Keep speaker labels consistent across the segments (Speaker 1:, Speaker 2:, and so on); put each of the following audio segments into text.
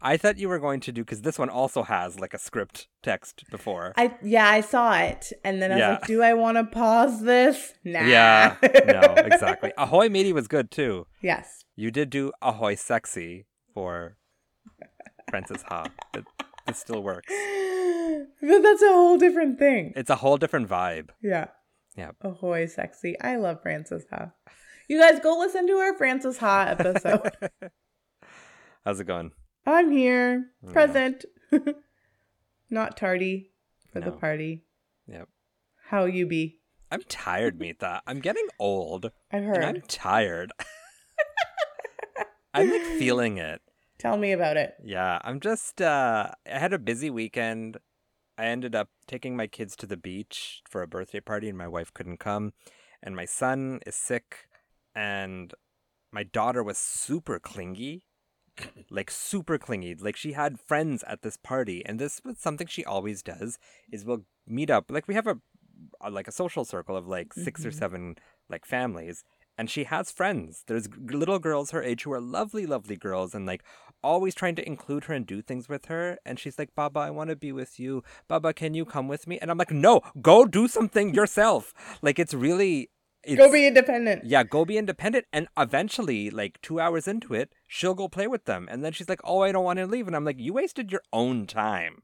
Speaker 1: I thought you were going to do because this one also has like a script text before.
Speaker 2: I yeah, I saw it, and then I was
Speaker 1: Yeah.
Speaker 2: like, "Do I want to pause this?" Nah.
Speaker 1: Yeah. no, exactly. Ahoy Matey was good too.
Speaker 2: yes.
Speaker 1: You did do Ahoy Sexy for Francis Ha. It, it still works.
Speaker 2: But that's a whole different thing.
Speaker 1: It's a whole different vibe.
Speaker 2: Yeah.
Speaker 1: Yeah.
Speaker 2: Ahoy, sexy. I love Frances Ha. You guys go listen to our Frances Ha episode.
Speaker 1: How's it going?
Speaker 2: I'm here,
Speaker 1: Yeah.
Speaker 2: present, not tardy for the
Speaker 1: No.
Speaker 2: party.
Speaker 1: Yep.
Speaker 2: How you be?
Speaker 1: I'm tired, Mita. I'm getting old
Speaker 2: I've
Speaker 1: and I'm
Speaker 2: heard.
Speaker 1: tired. I'm like feeling it.
Speaker 2: Tell me about it.
Speaker 1: Yeah, I'm just uh I had a busy weekend. I ended up taking my kids to the beach for a birthday party and my wife couldn't come and my son is sick and my daughter was super clingy. Like super clingy. Like she had friends at this party and this was something she always does is we'll meet up. Like we have a, a like a social circle of like 6 or
Speaker 2: Mhm.
Speaker 1: 7 like families and she has friends. There's g- little girls her age who are lovely lovely girls and like always trying to include her and do things with her. And she's like, Baba, I want to be with you. Baba, can you come with me? And I'm like, no, go do something yourself. Like, it's really. It's,
Speaker 2: Go be independent.
Speaker 1: Yeah, go be independent. And eventually, like two hours into it, she'll go play with them. And then she's like, oh, I don't want to leave. And I'm like, you wasted your own time.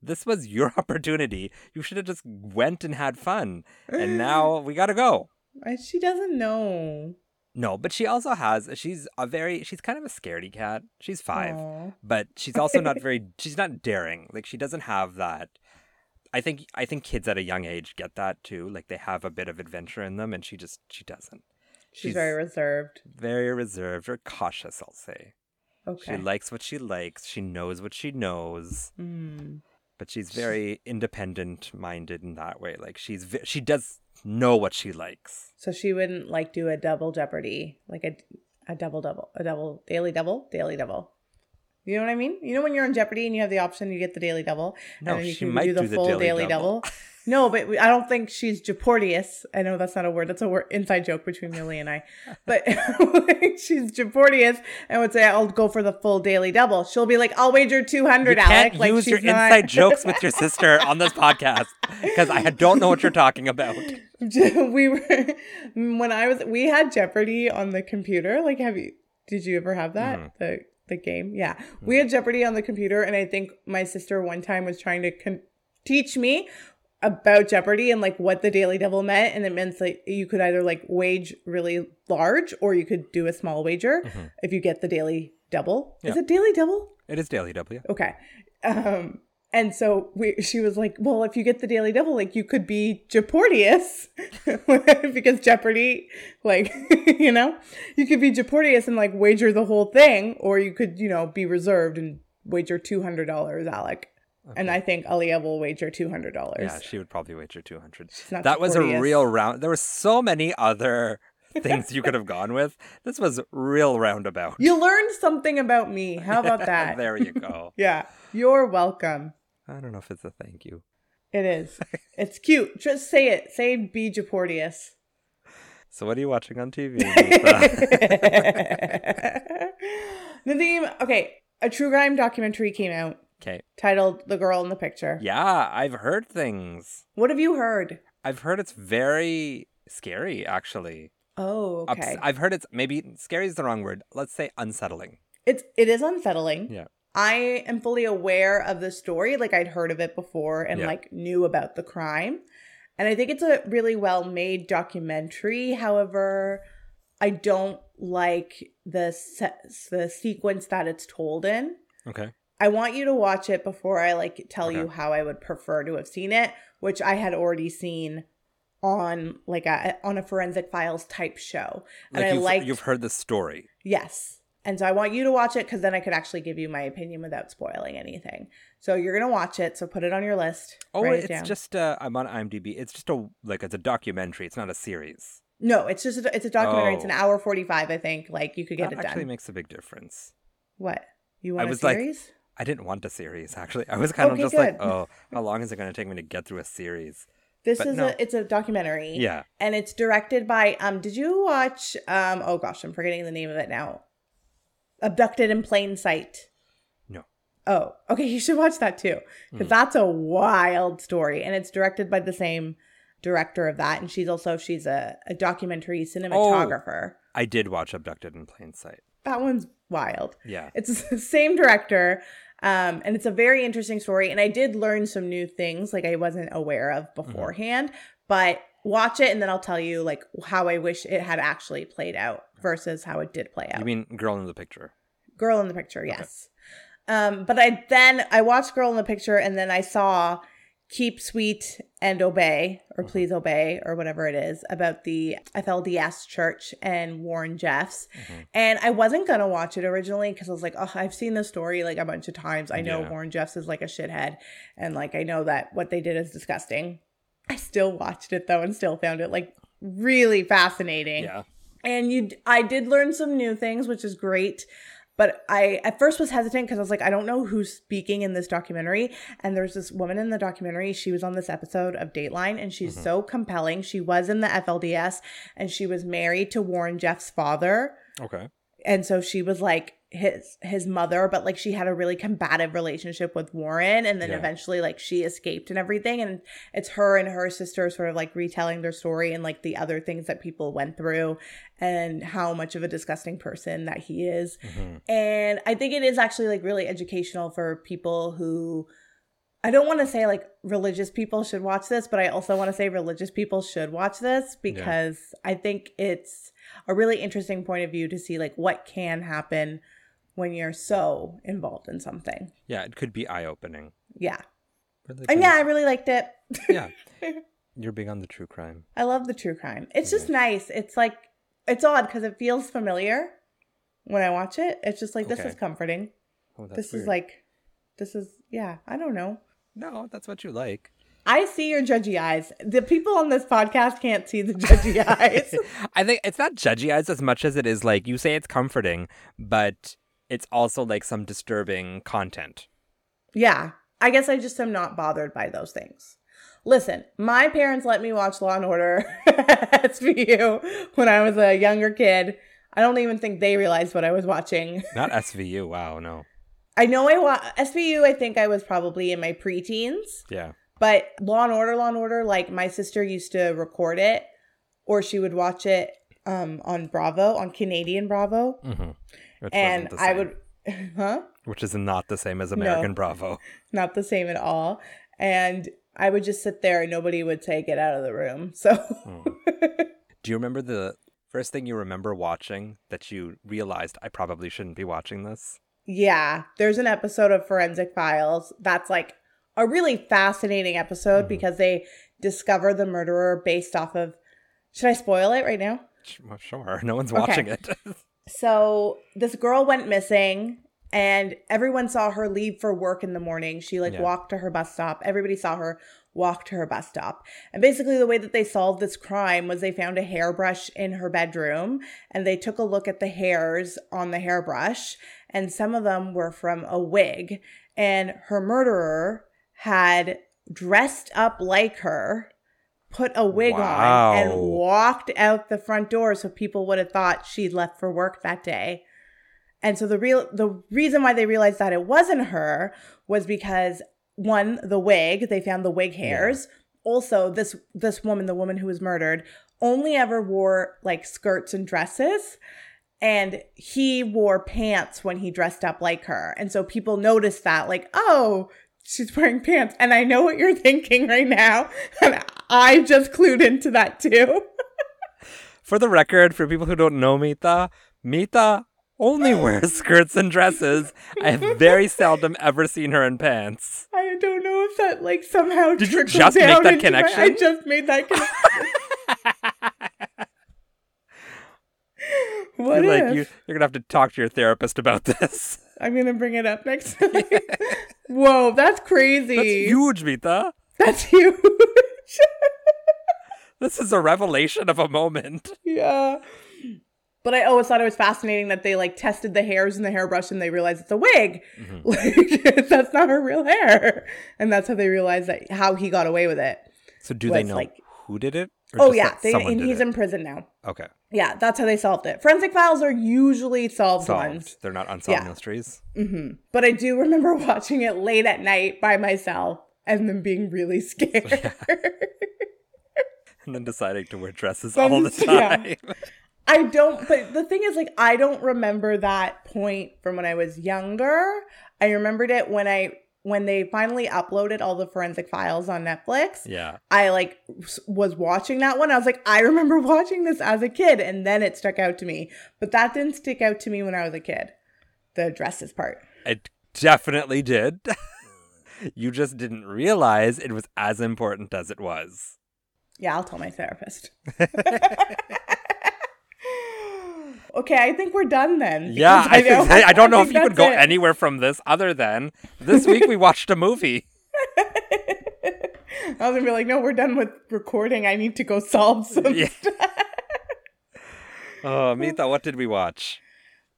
Speaker 1: This was your opportunity. You should have just went and had fun. And now we got to go.
Speaker 2: I- she doesn't know.
Speaker 1: No, but she also has, she's a very, she's kind of a scaredy cat. She's five
Speaker 2: Aw.
Speaker 1: but she's also not very she's not daring like she doesn't have that i think i think kids at a young age get that too like they have a bit of adventure in them and she just she doesn't
Speaker 2: She's,
Speaker 1: She's-
Speaker 2: very reserved.
Speaker 1: very reserved or cautious i'll say
Speaker 2: Okay.
Speaker 1: she likes what she likes she knows what she knows
Speaker 2: Mm.
Speaker 1: but she's very independent minded in that way like she's ve- she does know what she likes
Speaker 2: So she wouldn't like do a double jeopardy, like a a double double, a double daily double, daily double. You know what I mean? You know when you're on Jeopardy and you have the option, you get the daily double,
Speaker 1: no
Speaker 2: and then you
Speaker 1: she might do the daily, double,
Speaker 2: No, but we, I don't think she's Jeopardious. I know that's not a word. That's a word inside joke between Millie and I. But she's Jeopardious and would say, "I'll go for the full daily double." She'll be like, "I'll wager two
Speaker 1: You
Speaker 2: hundred,
Speaker 1: can't
Speaker 2: Alec." Like
Speaker 1: use your
Speaker 2: she's not-
Speaker 1: inside jokes with your sister on this podcast because I don't know what you're talking about.
Speaker 2: we were when I was we had Jeopardy on the computer. Like, have you? Did you ever have that?
Speaker 1: Mhm.
Speaker 2: The the game, yeah. We had Jeopardy on the computer, and I think my sister one time was trying to con- teach me about Jeopardy and like what the Daily Devil meant, and it meant like you could either like wage really large or you could do a small wager
Speaker 1: Mhm.
Speaker 2: if you get the Daily Double. Is
Speaker 1: Yeah.
Speaker 2: it Daily Double?
Speaker 1: It is Daily W.
Speaker 2: Okay. Um, and so we, she was like, well, if you get the Daily Double, like you could be Jeopardious because Jeopardy, like, you know, you could be Jeopardious and like wager the whole thing, or you could, you know, be reserved and wager $200, Alec. And I think Aliyah will wager $200.
Speaker 1: Yeah, she would probably wager 200.
Speaker 2: She's not
Speaker 1: That was a
Speaker 2: Jeopardious.
Speaker 1: real round. There were so many other things you could have gone with. This was real roundabout.
Speaker 2: You learned something about me. How about that?
Speaker 1: there you go.
Speaker 2: Yeah. You're welcome.
Speaker 1: I don't know if it's a thank you.
Speaker 2: It is. It's cute. Just say it. Say be Jeopardious.
Speaker 1: So what are you watching on TV?
Speaker 2: Nadim, okay, a true crime documentary came out
Speaker 1: okay.
Speaker 2: titled "The Girl in the Picture."
Speaker 1: Yeah, I've heard things.
Speaker 2: What have you heard?
Speaker 1: I've heard it's very scary actually.
Speaker 2: Oh,
Speaker 1: Ups-
Speaker 2: okay.
Speaker 1: I've heard it's maybe scary is the wrong word. Let's say unsettling.
Speaker 2: it's it is unsettling.
Speaker 1: Yeah.
Speaker 2: I am fully aware of the story. Like I'd heard of it before and
Speaker 1: Yeah.
Speaker 2: like knew about the crime. And I think it's a really well made documentary. However, I don't like the se- the sequence that it's told in.
Speaker 1: Okay.
Speaker 2: I want you to watch it before I like tell
Speaker 1: Okay.
Speaker 2: you how I would prefer to have seen it, which I had already seen on like a on a forensic files type show. And
Speaker 1: Like
Speaker 2: I
Speaker 1: you've,
Speaker 2: liked
Speaker 1: you've heard the story.
Speaker 2: yes. And so I want you to watch it because then I could actually give you my opinion without spoiling anything. So you're gonna watch it. So put it on your list.
Speaker 1: Oh,
Speaker 2: write it
Speaker 1: it's
Speaker 2: down.
Speaker 1: just uh, I'm on IMDb. It's just a like it's a documentary. It's not a series.
Speaker 2: no. It's just a, it's a documentary. It's an
Speaker 1: Oh.
Speaker 2: hour forty five. I think like you could get
Speaker 1: that
Speaker 2: it
Speaker 1: actually
Speaker 2: done.
Speaker 1: makes a big difference.
Speaker 2: what you
Speaker 1: I
Speaker 2: want a
Speaker 1: was like-
Speaker 2: series?
Speaker 1: I didn't want a series actually. I was kind
Speaker 2: Okay,
Speaker 1: of just like,
Speaker 2: good.
Speaker 1: oh, how long is it going to take me to get through a series?
Speaker 2: this
Speaker 1: but
Speaker 2: is
Speaker 1: no.
Speaker 2: a it's a documentary.
Speaker 1: Yeah,
Speaker 2: and it's directed by um did you watch um oh gosh i'm forgetting the name of it now abducted in plain sight
Speaker 1: No.
Speaker 2: oh okay you should watch that too because
Speaker 1: Mm.
Speaker 2: that's a wild story and it's directed by the same director of that and she's also she's a, a documentary cinematographer
Speaker 1: I did watch Abducted in Plain Sight.
Speaker 2: that one's wild
Speaker 1: Yeah.
Speaker 2: it's the same director um, and it's a very interesting story and i did learn some new things like i wasn't aware of beforehand but watch it and then i'll tell you like how i wish it had actually played out versus how it did play out
Speaker 1: You mean Girl in the Picture?
Speaker 2: girl in the picture yes um, but i then i watched girl in the picture and then i saw keep sweet and obey or
Speaker 1: Mhm.
Speaker 2: please obey or whatever it is about the flds church and warren jeffs
Speaker 1: Mhm.
Speaker 2: and I wasn't gonna watch it originally because I was like, oh, I've seen this story like a bunch of times. I know
Speaker 1: Yeah.
Speaker 2: Warren Jeffs is like a shithead, and like I know that what they did is disgusting. I still watched it though, and still found it like really fascinating.
Speaker 1: Yeah.
Speaker 2: And you, d- I did learn some new things, which is great. But I at first was hesitant because I was like, I don't know who's speaking in this documentary. And there's this woman in the documentary. She was on this episode of Dateline and she's
Speaker 1: Mhm.
Speaker 2: so compelling. She was in the FLDS and she was married to Warren Jeff's father
Speaker 1: Okay.
Speaker 2: and so she was like his his mother but like she had a really combative relationship with Warren and then
Speaker 1: Yeah.
Speaker 2: eventually like she escaped and everything and it's her and her sister sort of like retelling their story and like the other things that people went through and how much of a disgusting person that he is
Speaker 1: hmm
Speaker 2: and I think it is actually like really educational for people who I don't want to say like religious people should watch this, but I also want to say religious people should watch this because I think it's a really interesting point of view to see like what can happen when you're so involved in something.
Speaker 1: Yeah, it could be eye opening.
Speaker 2: Yeah. And yeah, I really liked it.
Speaker 1: yeah. You're big on the true crime.
Speaker 2: I love the true crime. It's just nice. It's like it's odd because it feels familiar when I watch it. It's just like this
Speaker 1: Okay.
Speaker 2: is comforting.
Speaker 1: Oh, that's
Speaker 2: this is
Speaker 1: weird.
Speaker 2: like this is yeah, I don't know.
Speaker 1: no, that's what you like.
Speaker 2: I see your judgy eyes. The people on this podcast can't see the judgy eyes.
Speaker 1: I think it's not judgy eyes as much as it is like you say it's comforting, but it's also like some disturbing content.
Speaker 2: Yeah. I guess I just am not bothered by those things. Listen, my parents let me watch Law and Order SVU when I was a younger kid. I don't even think they realized what I was watching.
Speaker 1: Not SVU. Wow, no.
Speaker 2: I know I wa- SVU. I think I was probably in my preteens,
Speaker 1: Yeah.
Speaker 2: but Law and Order, Law and Order. Like my sister used to record it, or she would watch it um, on Bravo, on Canadian Bravo,
Speaker 1: Mm-hmm. Which
Speaker 2: and
Speaker 1: wasn't the
Speaker 2: I
Speaker 1: same.
Speaker 2: would, huh?
Speaker 1: which is not the same as American Bravo.
Speaker 2: not the same at all. And I would just sit there and nobody would say, get out of the room. So
Speaker 1: Mm. Do you remember the first thing you remember watching that you realized I probably shouldn't be watching this?
Speaker 2: yeah, there's an episode of Forensic Files that's like a really fascinating episode
Speaker 1: Mhm.
Speaker 2: because they discover the murderer based off of. Should I spoil it right now?
Speaker 1: Sh- well, Sure, no one's
Speaker 2: Okay.
Speaker 1: watching it.
Speaker 2: So this girl went missing and everyone saw her leave for work in the morning. She like
Speaker 1: Yeah.
Speaker 2: walked to her bus stop. Everybody saw her walk to her bus stop. And basically the way that they solved this crime was they found a hairbrush in her bedroom and they took a look at the hairs on the hairbrush and some of them were from a wig and her murderer had dressed up like her put a wig on and
Speaker 1: Wow.
Speaker 2: walked out the front door so people would have thought she left for work that day and so the real the reason why they realized that it wasn't her was because one the wig they found the wig hairs also this this woman the woman who was murdered only ever wore like skirts and dresses and he wore pants when he dressed up like her and so people noticed that like oh she's wearing pants and i know what you're thinking right now and i just clued into that too
Speaker 1: For the record, for people who don't know Mita, Mita only wears skirts and dresses. I have very seldom ever seen her in pants.
Speaker 2: i don't know if that like somehow
Speaker 1: Did you
Speaker 2: trickled
Speaker 1: just make
Speaker 2: down
Speaker 1: that
Speaker 2: into my- i
Speaker 1: connection?
Speaker 2: just made that connection What
Speaker 1: you're
Speaker 2: if?
Speaker 1: like you, you're gonna have to talk to your therapist about this.
Speaker 2: I'm gonna bring it up next time. Whoa, that's crazy.
Speaker 1: That's huge, Mita.
Speaker 2: That's huge.
Speaker 1: This is a revelation of a moment.
Speaker 2: yeah. But I always thought it was fascinating that they like tested the hairs in the hairbrush and they realized it's a wig.
Speaker 1: Mhm.
Speaker 2: Like that's not her real hair. And that's how they realized that how he got away with it.
Speaker 1: So do they
Speaker 2: Was
Speaker 1: know
Speaker 2: like-
Speaker 1: who did it? Or
Speaker 2: oh
Speaker 1: just
Speaker 2: yeah,
Speaker 1: that
Speaker 2: they,
Speaker 1: someone
Speaker 2: and
Speaker 1: did
Speaker 2: he's
Speaker 1: it?
Speaker 2: in prison now.
Speaker 1: okay.
Speaker 2: Yeah, that's how they solved it. Forensic files are usually solved,
Speaker 1: Solved.
Speaker 2: ones.
Speaker 1: They're not unsolved
Speaker 2: Yeah.
Speaker 1: mysteries.
Speaker 2: hmm But I do remember watching it late at night by myself and then being really scared.
Speaker 1: And then deciding to wear dresses
Speaker 2: Then-
Speaker 1: all the
Speaker 2: yeah.
Speaker 1: time.
Speaker 2: I don't, but the thing is, like, I don't remember that point from when I was younger. I remembered it when I when they finally uploaded all the forensic files on Netflix.
Speaker 1: yeah.
Speaker 2: I like s- was watching that one. I was like, I remember watching this as a kid, and then it stuck out to me. But that didn't stick out to me when I was a kid. The dresses part.
Speaker 1: It definitely did. you just didn't realize it was as important as it was.
Speaker 2: Yeah, I'll tell my therapist. okay, I think we're done then.
Speaker 1: Yeah,
Speaker 2: because
Speaker 1: I, think- I, I don't know if
Speaker 2: think
Speaker 1: you could
Speaker 2: that's
Speaker 1: go
Speaker 2: it.
Speaker 1: anywhere from this other than this week we watched a movie.
Speaker 2: I was gonna be like, no, we're done with recording. I need to go solve some.
Speaker 1: Yeah. oh, Mita, what did we watch?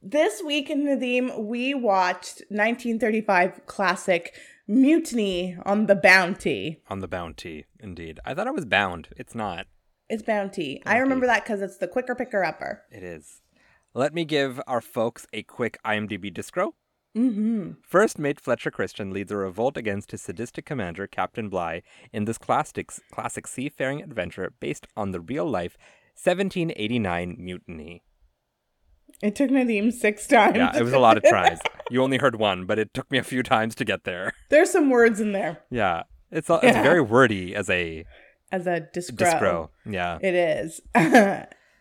Speaker 2: This week in Nadim, we watched 1935 classic Mutiny on the Bounty.
Speaker 1: On the Bounty, indeed. I thought it was Bound. It's not.
Speaker 2: It's Bounty. I
Speaker 1: Bounty.
Speaker 2: remember that because it's the quicker picker upper.
Speaker 1: It is. Let me give our folks a quick IMDb discro.
Speaker 2: Mm-hmm.
Speaker 1: First mate Fletcher Christian leads a revolt against his sadistic commander, Captain Bligh, in this classic, classic seafaring adventure based on the real life 1789 mutiny.
Speaker 2: It took Nadim six times.
Speaker 1: Yeah, it was a lot of tries. You only heard one, but it took me a few times to get there.
Speaker 2: There's some words in there
Speaker 1: Yeah. It's, a, it's
Speaker 2: Yeah.
Speaker 1: very wordy as a
Speaker 2: as a discro.
Speaker 1: discro. Yeah.
Speaker 2: It is.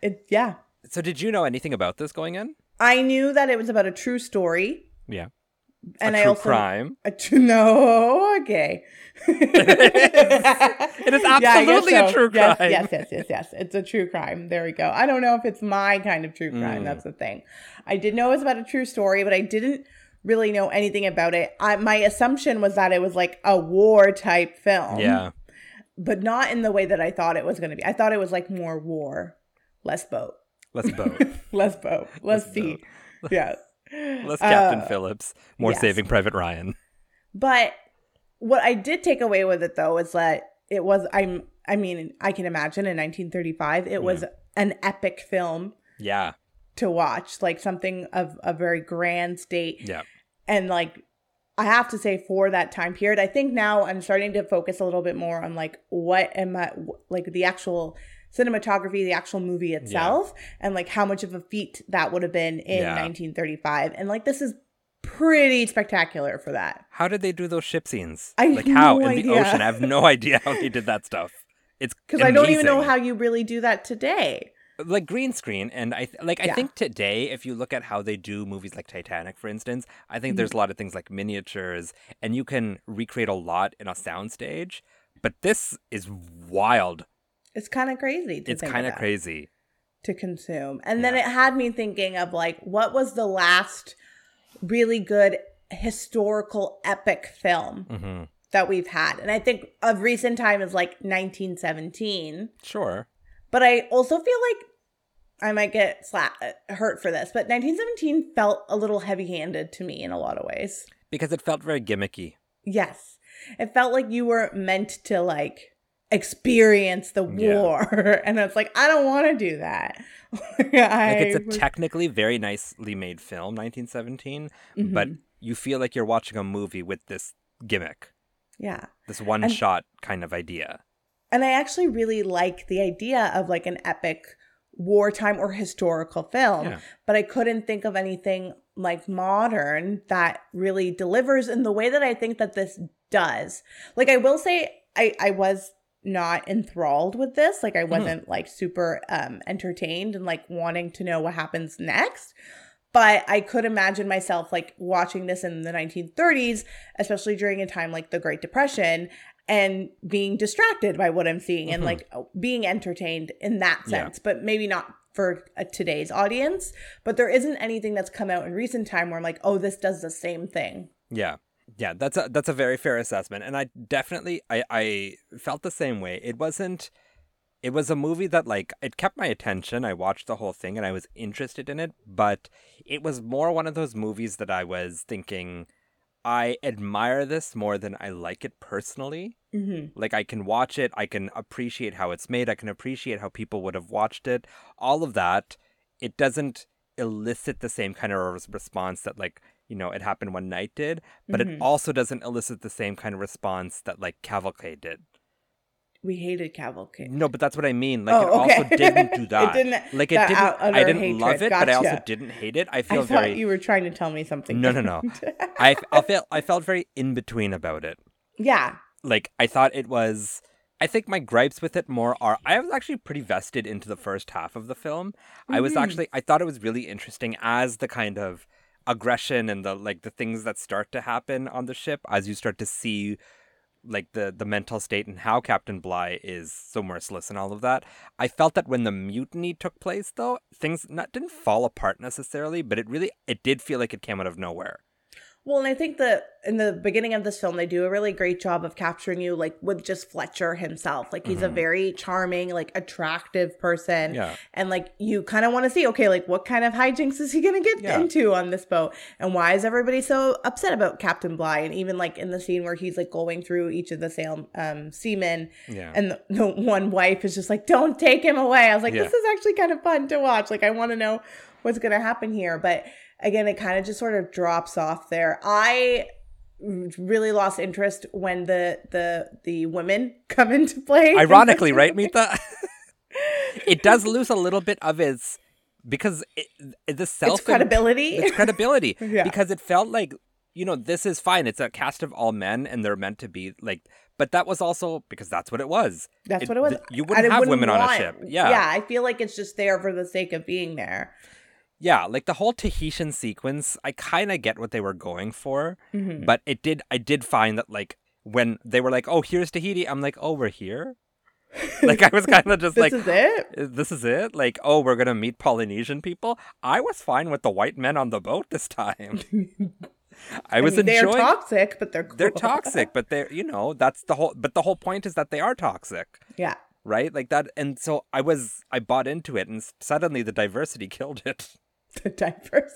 Speaker 2: it yeah.
Speaker 1: So, did you know anything about this going in?
Speaker 2: I knew that it was about a true story,
Speaker 1: Yeah.
Speaker 2: and
Speaker 1: a
Speaker 2: I
Speaker 1: true
Speaker 2: also
Speaker 1: crime.
Speaker 2: A tr- no, okay. it
Speaker 1: is
Speaker 2: I guess
Speaker 1: absolutely a true
Speaker 2: Yes,
Speaker 1: crime.
Speaker 2: Yes, yes, yes, yes. It's a true crime. There we go. I don't know if it's my kind of true crime.
Speaker 1: Mm.
Speaker 2: That's the thing. I did know it was about a true story, but I didn't really know anything about it. I, my assumption was that it was like a war type film.
Speaker 1: yeah.
Speaker 2: But not in the way that I thought it was going to be. I thought it was like more war, less boat,
Speaker 1: Let's vote.
Speaker 2: less boat, less
Speaker 1: Less
Speaker 2: sea. Yes.
Speaker 1: Less Captain
Speaker 2: Uh,
Speaker 1: Phillips, more
Speaker 2: yes.
Speaker 1: Saving Private Ryan.
Speaker 2: But what I did take away with it though is that it was I'm I mean I can imagine in 1935 it was an epic film
Speaker 1: Yeah.
Speaker 2: to watch like something of a very grand state
Speaker 1: Yeah.
Speaker 2: and like I have to say for that time period I think now I'm starting to focus a little bit more on like what am I like the actual cinematography the actual movie itself and like how much of a feat that would have been in
Speaker 1: Yeah.
Speaker 2: 1935 and like this is pretty spectacular for that
Speaker 1: How did they do those ship scenes?
Speaker 2: I have
Speaker 1: like how
Speaker 2: no
Speaker 1: in the
Speaker 2: idea.
Speaker 1: ocean? I have no idea how they did that stuff. It's
Speaker 2: because I don't even know
Speaker 1: amazing.
Speaker 2: how you really do that today.
Speaker 1: like green screen and i th- like i
Speaker 2: Yeah.
Speaker 1: think today if you look at how they do movies like titanic for instance i think
Speaker 2: Mhm.
Speaker 1: there's a lot of things like miniatures and you can recreate a lot in a soundstage but this is wild
Speaker 2: It's kind of crazy. To
Speaker 1: it's
Speaker 2: think
Speaker 1: kind of
Speaker 2: about,
Speaker 1: crazy
Speaker 2: to consume, and then
Speaker 1: Yeah.
Speaker 2: it had me thinking of like, what was the last really good historical epic film
Speaker 1: hmm
Speaker 2: that we've had? And I think of recent time is like 1917.
Speaker 1: sure
Speaker 2: But I also feel like I might get sla- hurt for this, but 1917 felt a little heavy-handed to me in a lot of ways.
Speaker 1: because it felt very gimmicky
Speaker 2: Yes. It felt like you were meant to like experience the
Speaker 1: Yeah.
Speaker 2: war. and it's like, I don't want to do that. like,
Speaker 1: like it's
Speaker 2: was-
Speaker 1: a technically very nicely made film 1917 but
Speaker 2: Mhm.
Speaker 1: you feel like you're watching a movie with this gimmick
Speaker 2: yeah.
Speaker 1: this one shot kind of idea
Speaker 2: And I actually really like the idea of like an epic wartime or historical film,
Speaker 1: Yeah.
Speaker 2: but I couldn't think of anything like modern that really delivers in the way that I think that this does. Like I will say I I was not enthralled with this. Like I wasn't like super um entertained and like wanting to know what happens next. But I could imagine myself like watching this in the 1930s, especially during a time like the Great Depression and being distracted by what I'm seeing and
Speaker 1: Mhm.
Speaker 2: like being entertained in that
Speaker 1: Yeah.
Speaker 2: sense, but maybe not for uh, today's audience, but there isn't anything that's come out in recent time where I'm like, oh, this does the same thing.
Speaker 1: Yeah. Yeah, that's a that's a very fair assessment. And I definitely I, I felt the same way. It wasn't it was a movie that like it kept my attention. I watched the whole thing and I was interested in it, but it was more one of those movies that I was thinking I admire this more than I like it personally.
Speaker 2: Mm-hmm.
Speaker 1: Like I can watch it, I can appreciate how it's made, I can appreciate how people would have watched it. All of that, it doesn't elicit the same kind of res- response that like, you know, it happened one night did, but it
Speaker 2: Mhm.
Speaker 1: also doesn't elicit the same kind of response that like Cavalcade did.
Speaker 2: We hated Cavalcade.
Speaker 1: No, but that's what I mean. Like
Speaker 2: Oh,
Speaker 1: it also
Speaker 2: okay.
Speaker 1: didn't do
Speaker 2: It
Speaker 1: that.
Speaker 2: didn't-
Speaker 1: like it
Speaker 2: that
Speaker 1: didn't
Speaker 2: out-
Speaker 1: I
Speaker 2: utter
Speaker 1: didn't love it,
Speaker 2: hatred.
Speaker 1: but I also
Speaker 2: Gotcha.
Speaker 1: didn't hate it. I
Speaker 2: I
Speaker 1: feel
Speaker 2: thought
Speaker 1: very
Speaker 2: you were trying to tell me something.
Speaker 1: No, no, no.
Speaker 2: different.
Speaker 1: I, I felt I felt very in between about it.
Speaker 2: yeah.
Speaker 1: like I thought it was I think my gripes with it more are I was actually pretty vested into the first half of the film. I was
Speaker 2: Mhm.
Speaker 1: actually I thought it was really interesting as the kind of aggression and the like the things that start to happen on the ship as you start to see like the the mental state and how Captain Bligh is so merciless and all of that. I felt that when the mutiny took place though, things not didn't fall apart necessarily, but it really it did feel like it came out of nowhere.
Speaker 2: Well, and I think that in the beginning of this film, they do a really great job of capturing you, like with just Fletcher himself. Like he's a
Speaker 1: Mhm.
Speaker 2: very charming, like attractive person.
Speaker 1: Yeah.
Speaker 2: And like you kind of want to see, okay, like what kind of hijinks is he going to get
Speaker 1: Yeah.
Speaker 2: into on this boat? And why is everybody so upset about Captain Bligh? And even like in the scene where he's like going through each of the sail, um, seamen,
Speaker 1: Yeah.
Speaker 2: and the, the one wife is just like, don't take him away. I was like,
Speaker 1: Yeah.
Speaker 2: this is actually kind of fun to watch. Like, I want to know what's going to happen here. But again, it kind of just sort of drops off there. I really lost interest when the the the women come into play.
Speaker 1: ironically right Mita? it does lose a little bit of its because it, it- the self
Speaker 2: it's credibility.
Speaker 1: its credibility
Speaker 2: Yeah.
Speaker 1: because it felt like you know this is fine it's a cast of all men and they're meant to be like but that was also because that's what it was
Speaker 2: That's what it was.
Speaker 1: th- you
Speaker 2: I
Speaker 1: wouldn't have women on a
Speaker 2: want-
Speaker 1: ship yeah
Speaker 2: yeah. I feel like it's just there for the sake of being there.
Speaker 1: yeah like the whole tahitian sequence i kind of get what they were going for
Speaker 2: Mhm.
Speaker 1: but it did i did find that like when they were like oh here's tahiti i'm like oh we're here like i was kind of just
Speaker 2: This
Speaker 1: like
Speaker 2: is it.
Speaker 1: this is it? Like, oh, we're gonna meet Polynesian people? I was fine with the white men on the boat this time. I was
Speaker 2: mean,
Speaker 1: enjoying.
Speaker 2: They're toxic, but they're cool.
Speaker 1: they're toxic, but they're you know that's the whole. But the whole point is that they are toxic,
Speaker 2: yeah.
Speaker 1: right? Like that, and so I was I bought into it, and s- suddenly the diversity killed it.
Speaker 2: the diapers.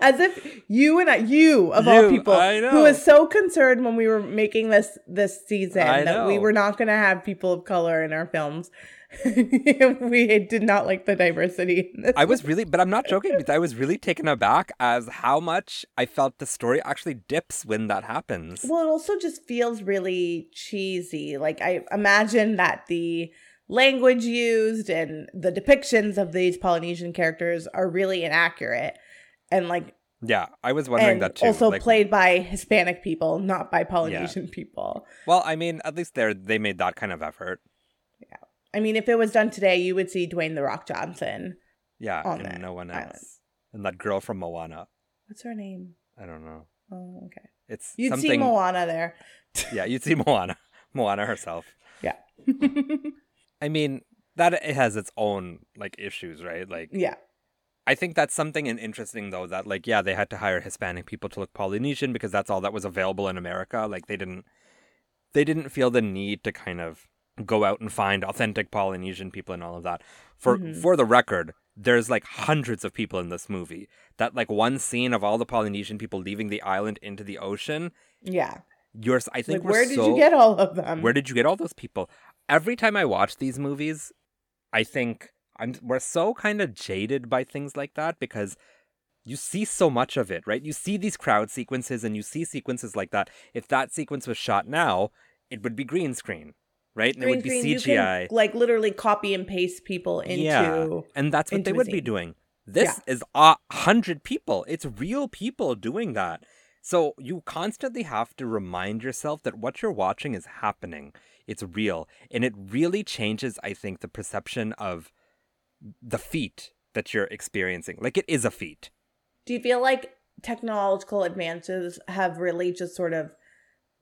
Speaker 2: As if you and I, you of all
Speaker 1: You,
Speaker 2: people,
Speaker 1: I know.
Speaker 2: who was so concerned when we were making this this season
Speaker 1: I
Speaker 2: that we
Speaker 1: know.
Speaker 2: were not going to have people of color in our films, we did not like the diversity. In this.
Speaker 1: I was really, but I'm not joking. because I was really taken aback as how much I felt the story actually dips when that happens.
Speaker 2: Well, it also just feels really cheesy. Like I imagine that the language used and the depictions of these Polynesian characters are really inaccurate and like
Speaker 1: Yeah, I was wondering
Speaker 2: and
Speaker 1: that too.
Speaker 2: also
Speaker 1: like,
Speaker 2: played by Hispanic people, not by Polynesian people.
Speaker 1: Well, I mean, at least they they made that kind of effort.
Speaker 2: I mean, if it was done today, you would see Dwayne the Rock Johnson.
Speaker 1: Yeah,
Speaker 2: on
Speaker 1: and
Speaker 2: that
Speaker 1: no one else.
Speaker 2: island.
Speaker 1: And that girl from Moana.
Speaker 2: What's her name?
Speaker 1: I don't know.
Speaker 2: Oh, okay.
Speaker 1: It's
Speaker 2: You'd
Speaker 1: something.
Speaker 2: see Moana there.
Speaker 1: yeah, you'd see Moana. Moana herself. I mean, that it has its own like issues, right? Like,
Speaker 2: yeah.
Speaker 1: I think that's something in- interesting though. That like, yeah, they had to hire Hispanic people to look Polynesian because that's all that was available in America. Like, they didn't, they didn't feel the need to kind of go out and find authentic Polynesian people and all of that. For
Speaker 2: Mhm.
Speaker 1: for the record, there's like hundreds of people in this movie. That like one scene of all the Polynesian people leaving the island into the ocean.
Speaker 2: Yeah.
Speaker 1: Yours, I think.
Speaker 2: Like,
Speaker 1: we're
Speaker 2: where did
Speaker 1: so-
Speaker 2: you get all of them?
Speaker 1: where did you get all those people? Every time I watch these movies, I think I'm we're so kind of jaded by things like that because you see so much of it, right? You see these crowd sequences and you see sequences like that. If that sequence was shot now, it would be green screen, right? And it would be
Speaker 2: Green screen, you
Speaker 1: CGI.
Speaker 2: can, like literally copy and paste people into.
Speaker 1: Yeah. And that's what they would be
Speaker 2: intimacy.
Speaker 1: doing. This is a hundred people. It's real people doing that. So you constantly have to remind yourself that what you're watching is happening. It's real. And it really changes, I think, the perception of the feat that you're experiencing. Like it is a feat.
Speaker 2: Do you feel like technological advances have really just sort of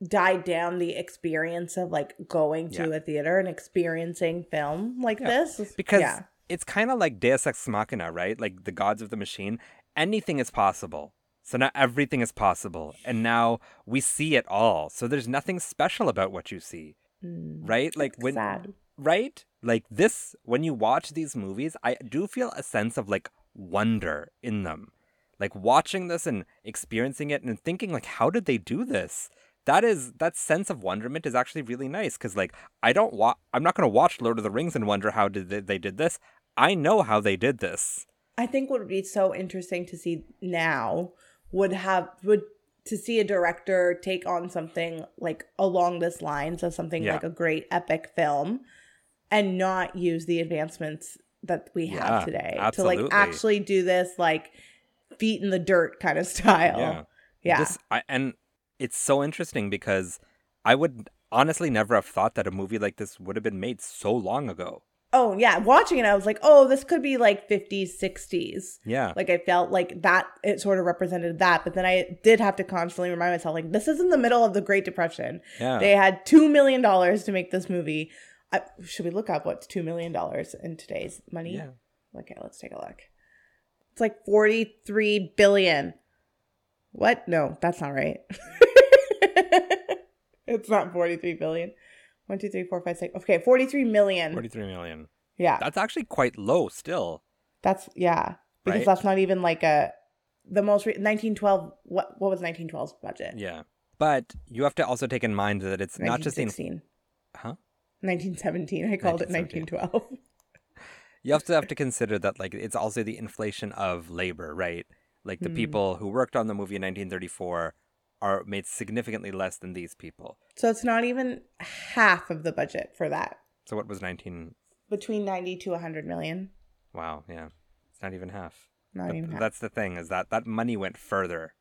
Speaker 2: died down the experience of like going to a theater and experiencing film like
Speaker 1: Yeah.
Speaker 2: this?
Speaker 1: Because
Speaker 2: yeah.
Speaker 1: it's kind of like Deus Ex Machina, right? Like the gods of the machine. Anything is possible. So now everything is possible. And now we see it all. So there's nothing special about what you see,
Speaker 2: Mm,
Speaker 1: right? Like
Speaker 2: it's
Speaker 1: when,
Speaker 2: sad.
Speaker 1: right? Like this, when you watch these movies, I do feel a sense of like wonder in them. Like watching this and experiencing it and thinking like, how did they do this? That is that sense of wonderment is actually really nice because like I don't wa- I'm not gonna watch Lord of the Rings and wonder how did they, they did this. I know how they did this.
Speaker 2: I think what would be so interesting to see now would have would to see a director take on something like along this lines of something
Speaker 1: Yeah.
Speaker 2: like a great epic film and not use the advancements that we
Speaker 1: Yeah,
Speaker 2: have today to
Speaker 1: absolutely.
Speaker 2: like actually do this like feet in the dirt kind of style.
Speaker 1: Yeah.
Speaker 2: Yeah.
Speaker 1: This, I, and it's so interesting because I would honestly never have thought that a movie like this would have been made so long ago.
Speaker 2: oh yeah, watching it I was like, "Oh, this could be like 50s, 60s."
Speaker 1: Yeah.
Speaker 2: Like I felt like that it sort of represented that, but then I did have to constantly remind myself like this is in the middle of the Great Depression.
Speaker 1: yeah.
Speaker 2: They had two million dollars to make this movie. I, should we look up what's two million dollars in today's money?
Speaker 1: Yeah.
Speaker 2: Okay, let's take a look. It's like forty-three billion. What? No, that's not right. it's not forty-three billion. One, two, three, four, five, six. Okay, forty-three million.
Speaker 1: 43 million.
Speaker 2: yeah,
Speaker 1: That's actually quite low still.
Speaker 2: that's yeah. Because
Speaker 1: Right?
Speaker 2: that's not even like a the most re- nineteen twelve. What what was nineteen twelve's budget?
Speaker 1: Yeah. But you have to also take in mind that it's not just in
Speaker 2: 1916.
Speaker 1: Huh?
Speaker 2: Nineteen seventeen. I called it nineteen
Speaker 1: 1917.
Speaker 2: twelve.
Speaker 1: you have to have to consider that like it's also the inflation of labor, right? Like the
Speaker 2: Hmm.
Speaker 1: people who worked on the movie in 1934 are made significantly less than these people.
Speaker 2: So it's not even half of the budget for that.
Speaker 1: So what was 19
Speaker 2: Between 90 to 100 million.
Speaker 1: Wow, yeah. It's not even half.
Speaker 2: Not
Speaker 1: But
Speaker 2: even half.
Speaker 1: That's the thing is that that money went further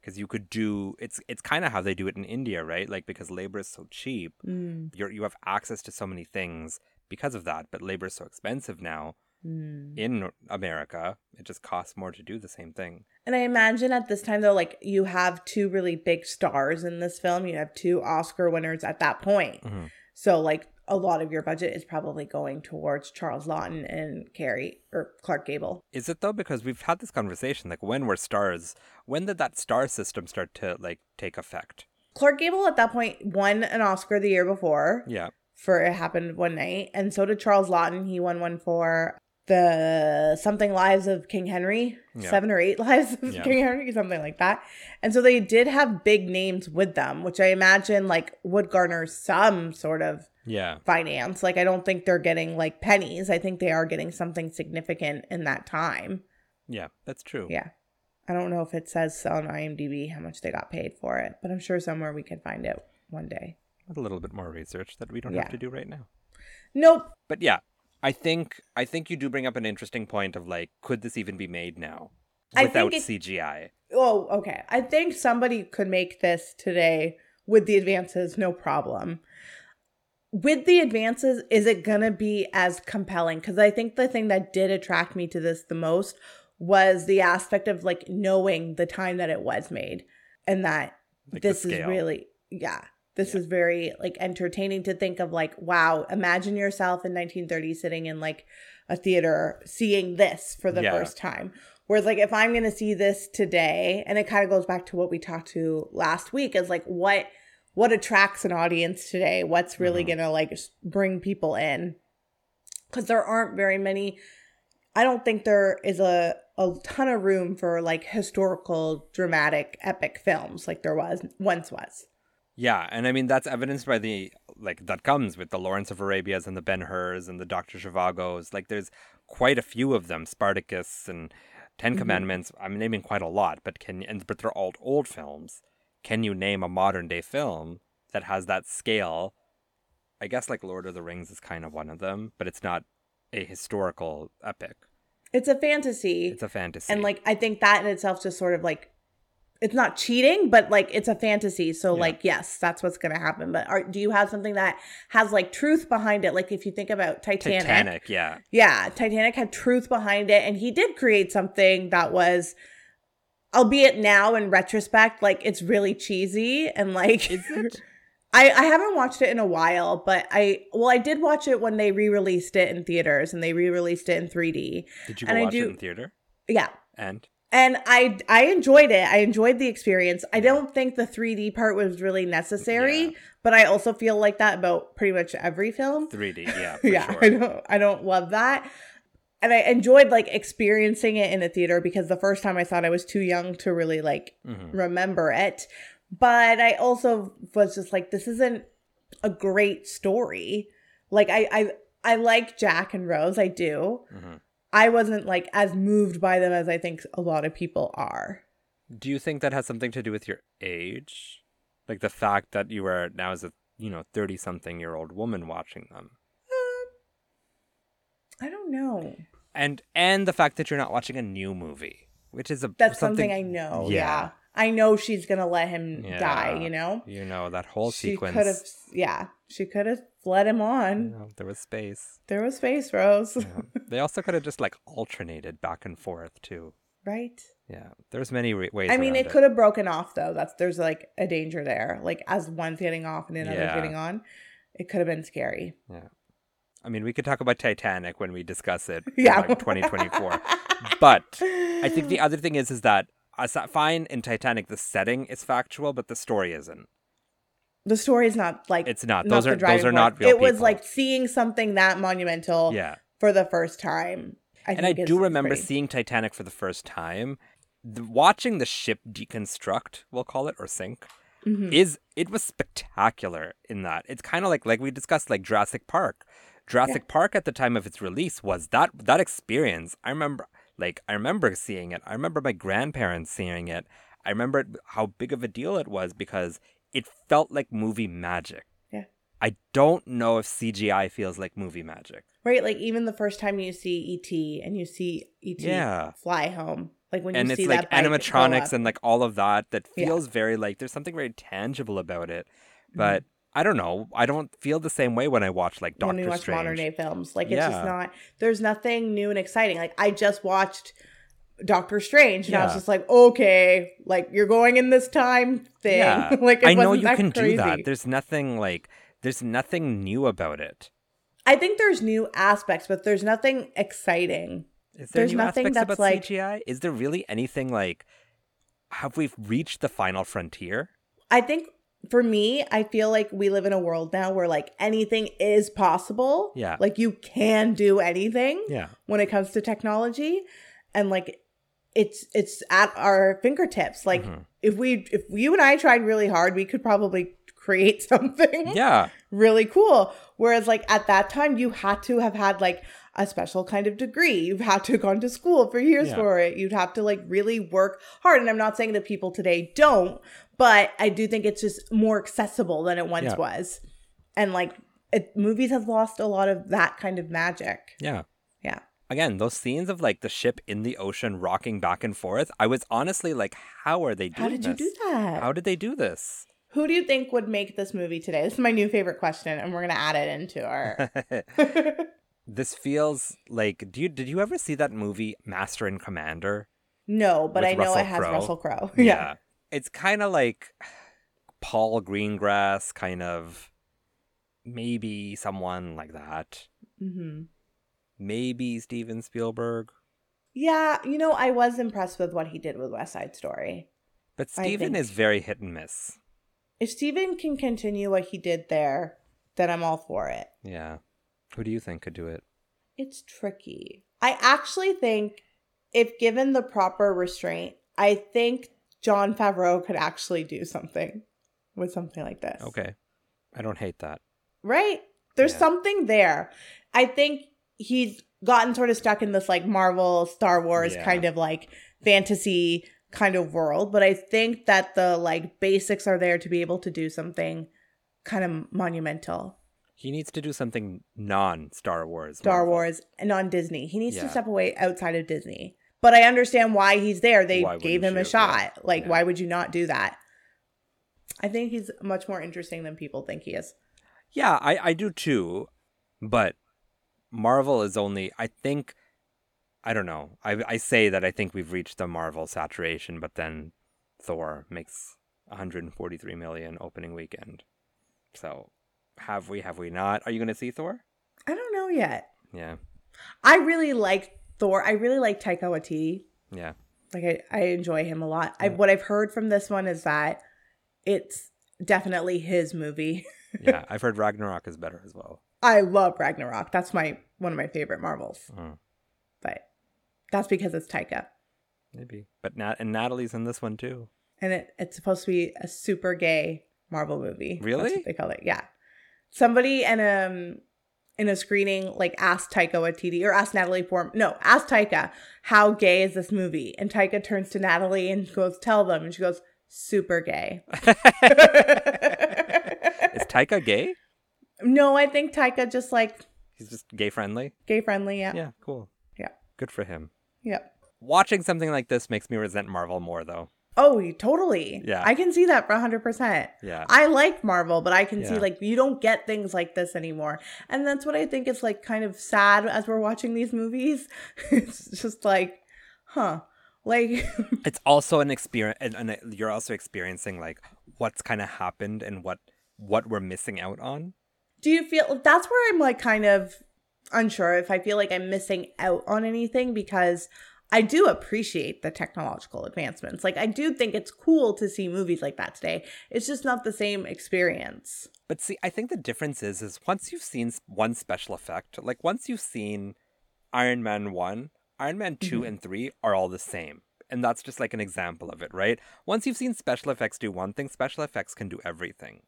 Speaker 1: because you could do it's it's kind of how they do it in India, right? Like because labor is so cheap,
Speaker 2: Mm,
Speaker 1: you you have access to so many things because of that, but labor is so expensive now
Speaker 2: mm.
Speaker 1: in America, it just costs more to do the same thing.
Speaker 2: And I imagine at this time, though, like you have two really big stars in this film. You have two Oscar winners at that point.
Speaker 1: Mhm.
Speaker 2: So, like, a lot of your budget is probably going towards Charles Lawton and Carrie or Clark Gable.
Speaker 1: Is it though because we've had this conversation like when were stars when did that star system start to like take effect?
Speaker 2: Clark Gable at that point won an Oscar the year before.
Speaker 1: Yeah.
Speaker 2: for It Happened One Night, and so did Charles Lawton. He won one for the something lives of King Henry,
Speaker 1: Yeah.
Speaker 2: seven or eight lives of
Speaker 1: Yeah.
Speaker 2: King Henry, something like that. And so they did have big names with them, which I imagine like would garner some sort of
Speaker 1: Yeah.
Speaker 2: finance. Like I don't think they're getting like pennies. I think they are getting something significant in that time.
Speaker 1: Yeah, that's true.
Speaker 2: Yeah. I don't know if it says on IMDb how much they got paid for it, but I'm sure somewhere we could find it one day.
Speaker 1: With a little bit more research that we don't have
Speaker 2: Yeah.
Speaker 1: to do right now.
Speaker 2: Nope.
Speaker 1: But yeah, I think I think you do bring up an interesting point of like could this even be made now
Speaker 2: I
Speaker 1: without
Speaker 2: think it-
Speaker 1: CGI?
Speaker 2: Oh, okay. I think somebody could make this today with the advances, no problem. With the advances, is it going to be as compelling? Because I think the thing that did attract me to this the most was the aspect of like knowing the time that it was made and that
Speaker 1: Like the
Speaker 2: this is
Speaker 1: scale.
Speaker 2: really, yeah, this is very like entertaining to think of like, wow, imagine yourself in 1930 sitting in like a theater seeing this for the
Speaker 1: Yeah.
Speaker 2: first time. Whereas, like, if I'm going to see this today, and it kind of goes back to what we talked to last week, is like what what attracts an audience today? What's really
Speaker 1: Mhm.
Speaker 2: going to like s- bring people in? Because there aren't very many. I don't think there is a a ton of room for like historical, dramatic, epic films like there was once was.
Speaker 1: Yeah, and I mean that's evidenced by the like that comes with the Lawrence of Arabia's and the Ben Hurs and the Doctor Zhivago's. Like there's quite a few of them, Spartacus and 10
Speaker 2: Mhm.
Speaker 1: Commandments. I'm naming quite a lot, but can and but they're all old films. Can you name a modern day film that has that scale? I guess like Lord of the Rings is kind of one of them, but it's not a historical epic.
Speaker 2: It's a fantasy.
Speaker 1: It's a fantasy.
Speaker 2: and like i think that in itself just sort of like it's not cheating but like it's a fantasy so
Speaker 1: Yeah.
Speaker 2: like yes that's what's gonna happen but are, do you have something that has like truth behind it like if you think about titanic,
Speaker 1: Titanic, yeah.
Speaker 2: yeah titanic had truth behind it and he did create something that was albeit now in retrospect like it's really cheesy and like
Speaker 1: Is it?
Speaker 2: I, I haven't watched it in a while, but I well I did watch it when they re-released it in theaters and they re-released it in 3D.
Speaker 1: Did you
Speaker 2: And I
Speaker 1: watch
Speaker 2: do-
Speaker 1: it in theater?
Speaker 2: Yeah.
Speaker 1: And
Speaker 2: And I I enjoyed it. I enjoyed the experience. I don't think the 3D part was really necessary,
Speaker 1: Yeah.
Speaker 2: but I also feel like that about pretty much every film.
Speaker 1: 3D, yeah, for
Speaker 2: yeah, I
Speaker 1: sure.
Speaker 2: don't I don't love that. And I enjoyed like experiencing it in a theater because the first time I saw it I was too young to really like
Speaker 1: Mhm.
Speaker 2: remember it. But I also was just like, this isn't a great story. Like I I I like Jack and Rose, I do.
Speaker 1: Mhm.
Speaker 2: I wasn't like as moved by them as I think a lot of people are.
Speaker 1: Do you think that has something to do with your age? Like the fact that you are now as a, you know, 30 something year old woman watching them.
Speaker 2: I don't know.
Speaker 1: And and the fact that you're not watching a new movie, which is a
Speaker 2: That's something, I know. Yeah.
Speaker 1: Yeah.
Speaker 2: I know she's gonna let him
Speaker 1: Yeah.
Speaker 2: die, you know?
Speaker 1: You know, that whole
Speaker 2: She
Speaker 1: sequence.
Speaker 2: could have yeah, she could have let him
Speaker 1: you
Speaker 2: on.
Speaker 1: know, there was space.
Speaker 2: There was space, Rose.
Speaker 1: Yeah. they also could have just like alternated back and forth too.
Speaker 2: right.
Speaker 1: Yeah, there's many re- ways.
Speaker 2: I mean,
Speaker 1: around
Speaker 2: it could have broken off though. That's there's like a danger there. Like as one's getting off and another's
Speaker 1: Yeah.
Speaker 2: getting on, it could have been scary.
Speaker 1: I mean, we could talk about Titanic when we discuss it. in,
Speaker 2: Yeah,
Speaker 1: like 2024. but I think the other thing is is that aside, fine in Titanic the setting is factual, but the story isn't.
Speaker 2: the story's not like
Speaker 1: It's not.
Speaker 2: not
Speaker 1: those
Speaker 2: the
Speaker 1: are
Speaker 2: driving
Speaker 1: those are
Speaker 2: force.
Speaker 1: not real.
Speaker 2: It was
Speaker 1: people.
Speaker 2: like seeing something that monumental
Speaker 1: yeah,
Speaker 2: for the first time. I
Speaker 1: and I
Speaker 2: think is
Speaker 1: do remember
Speaker 2: pretty-
Speaker 1: seeing Titanic for the first time. The, watching the ship deconstruct, we'll call it, or sink,
Speaker 2: Mhm.
Speaker 1: is it was spectacular in that it's kind of like like we discussed like Jurassic Park. Jurassic Park at the time of its release was that that experience. I remember like I remember seeing it. I remember my grandparents seeing it. I remember it, how big of a deal it was because it felt like movie magic.
Speaker 2: Yeah.
Speaker 1: I don't know if CGI feels like movie magic.
Speaker 2: right, like even the first time you see ET and you see ET
Speaker 1: Yeah.
Speaker 2: fly home, like when
Speaker 1: and
Speaker 2: you
Speaker 1: it's
Speaker 2: see
Speaker 1: like
Speaker 2: that bike go
Speaker 1: animatronics
Speaker 2: up.
Speaker 1: and like all of that that
Speaker 2: Yeah. Mm-hmm.
Speaker 1: feels very like there's something very tangible about it but i don't know i don't feel the same way when i watch like
Speaker 2: when
Speaker 1: doctor
Speaker 2: we watch
Speaker 1: strange
Speaker 2: modern day films. Like it's just
Speaker 1: Yeah.
Speaker 2: not there's nothing new and exciting. Like I just watched Doctor Strange and I was
Speaker 1: Yeah.
Speaker 2: just like, okay, like you're going in this time thing.
Speaker 1: Yeah.
Speaker 2: like it
Speaker 1: i know
Speaker 2: wasn't
Speaker 1: you
Speaker 2: that
Speaker 1: can do
Speaker 2: crazy.
Speaker 1: that there's nothing like there's nothing new about it
Speaker 2: I think there's new aspects, but there's nothing exciting.
Speaker 1: is there
Speaker 2: There's
Speaker 1: new
Speaker 2: nothing
Speaker 1: aspects
Speaker 2: that's,
Speaker 1: about
Speaker 2: like-
Speaker 1: cgi is there really anything like have we reached the final frontier
Speaker 2: I think for me, I feel like we live in a world now where like anything is possible.
Speaker 1: Yeah.
Speaker 2: Like you can do anything
Speaker 1: yeah
Speaker 2: when it comes to technology and like it's it's at our fingertips. Like
Speaker 1: Mhm.
Speaker 2: if we if you and I tried really hard, we could probably create something
Speaker 1: yeah
Speaker 2: really cool. Whereas like at that time you had to have had like a special kind of degree. You've had to have gone to school for years
Speaker 1: Yeah.
Speaker 2: for it. You'd have to like really work hard. And I'm not saying that people today don't, but I do think it's just more accessible than it once
Speaker 1: Yeah.
Speaker 2: was. And like it, movies have lost a lot of that kind of magic.
Speaker 1: yeah
Speaker 2: Yeah.
Speaker 1: again those scenes of like the ship in the ocean rocking back and forth i was honestly like how are they doing
Speaker 2: How did you
Speaker 1: this?
Speaker 2: do that?
Speaker 1: How did they do this?
Speaker 2: Who do you think would make this movie today? This is my new favorite question, and we're gonna add it into our.
Speaker 1: this feels like do you did you ever see that movie Master and Commander?
Speaker 2: no, but
Speaker 1: With
Speaker 2: I know
Speaker 1: Russell
Speaker 2: it has
Speaker 1: Crowe?
Speaker 2: Russell Crowe. Yeah.
Speaker 1: It's kind of like Paul Greengrass kind of maybe someone like that.
Speaker 2: hmm
Speaker 1: Maybe Steven Spielberg.
Speaker 2: Yeah, you know, I was impressed with what he did with West Side Story.
Speaker 1: But
Speaker 2: I
Speaker 1: Steven
Speaker 2: think-
Speaker 1: is very hit and miss.
Speaker 2: If Steven can continue what he did there, then I'm all for it.
Speaker 1: Yeah. Who do you think could do it?
Speaker 2: It's tricky. I actually think if given the proper restraint, I think John Favreau could actually do something with something like this.
Speaker 1: Okay. I don't hate that.
Speaker 2: right? There's
Speaker 1: Yeah.
Speaker 2: something there. I think he's gotten sort of stuck in this like Marvel, Star Wars
Speaker 1: Yeah.
Speaker 2: kind of like fantasy kind of world, but I think that the like basics are there to be able to do something kind of monumental.
Speaker 1: He needs to do something non Star Wars.
Speaker 2: Star
Speaker 1: Marvel.
Speaker 2: Wars and on Disney. He needs
Speaker 1: Yeah.
Speaker 2: to step away outside of Disney. But I understand why he's there. They
Speaker 1: Why
Speaker 2: gave
Speaker 1: wouldn't
Speaker 2: him a
Speaker 1: you?
Speaker 2: shot. Like
Speaker 1: Yeah.
Speaker 2: why would you not do that? I think he's much more interesting than people think he is.
Speaker 1: Yeah, I, I do too. But Marvel is only, I think, I don't know. I, I say that I think we've reached the Marvel saturation, but then Thor makes 143 million opening weekend. So have we, have we not? Are you going to see Thor?
Speaker 2: I don't know yet.
Speaker 1: Yeah.
Speaker 2: I really like Thor. I really like Taika Waititi.
Speaker 1: Yeah.
Speaker 2: Like I, I enjoy him a lot. I,
Speaker 1: Yeah.
Speaker 2: what I've heard from this one is that it's definitely his movie.
Speaker 1: Yeah. I've heard Ragnarok is better as well.
Speaker 2: I love Ragnarok. That's my one of my favorite Marvels.
Speaker 1: Mm,
Speaker 2: But that's because it's Taika,
Speaker 1: maybe. But Nat- and Natalie's in this one too.
Speaker 2: and it, it's supposed to be a super gay Marvel movie. That's
Speaker 1: Really?
Speaker 2: what they call it. Yeah. Somebody and um in a screening like asked Taika Waititi or asked Natalie Portman. No, asked Taika how gay is this movie, and Taika turns to Natalie and goes, "Tell them," and she goes, "Super gay."
Speaker 1: Is Taika gay?
Speaker 2: no, I think Taika just like
Speaker 1: He's just gay friendly.
Speaker 2: gay friendly. Yeah.
Speaker 1: Yeah, cool.
Speaker 2: Yeah.
Speaker 1: Good for him.
Speaker 2: Yep.
Speaker 1: Watching something like this makes me resent Marvel more though.
Speaker 2: Oh, you- totally.
Speaker 1: Yeah.
Speaker 2: I can see that for 100%.
Speaker 1: Yeah.
Speaker 2: I like Marvel, but I can see
Speaker 1: Yeah.
Speaker 2: like you don't get things like this anymore. And that's what I think is like kind of sad as we're watching these movies. it's just like, huh. Like,
Speaker 1: It's also an experience and, and it- you're also experiencing like what's kind of happened and what what we're missing out on.
Speaker 2: do you feel that's where I'm like kind of unsure if I feel like I'm missing out on anything because I do appreciate the technological advancements. Like, I do think it's cool to see movies like that today. It's just not the same experience.
Speaker 1: But see, I think the difference is is once you've seen s- one special effect, like once you've seen Iron Man 1, Iron Man 2 and 3 are all the same. And that's just like an example of it, right? Once you've seen special effects do one thing, special effects can do everything.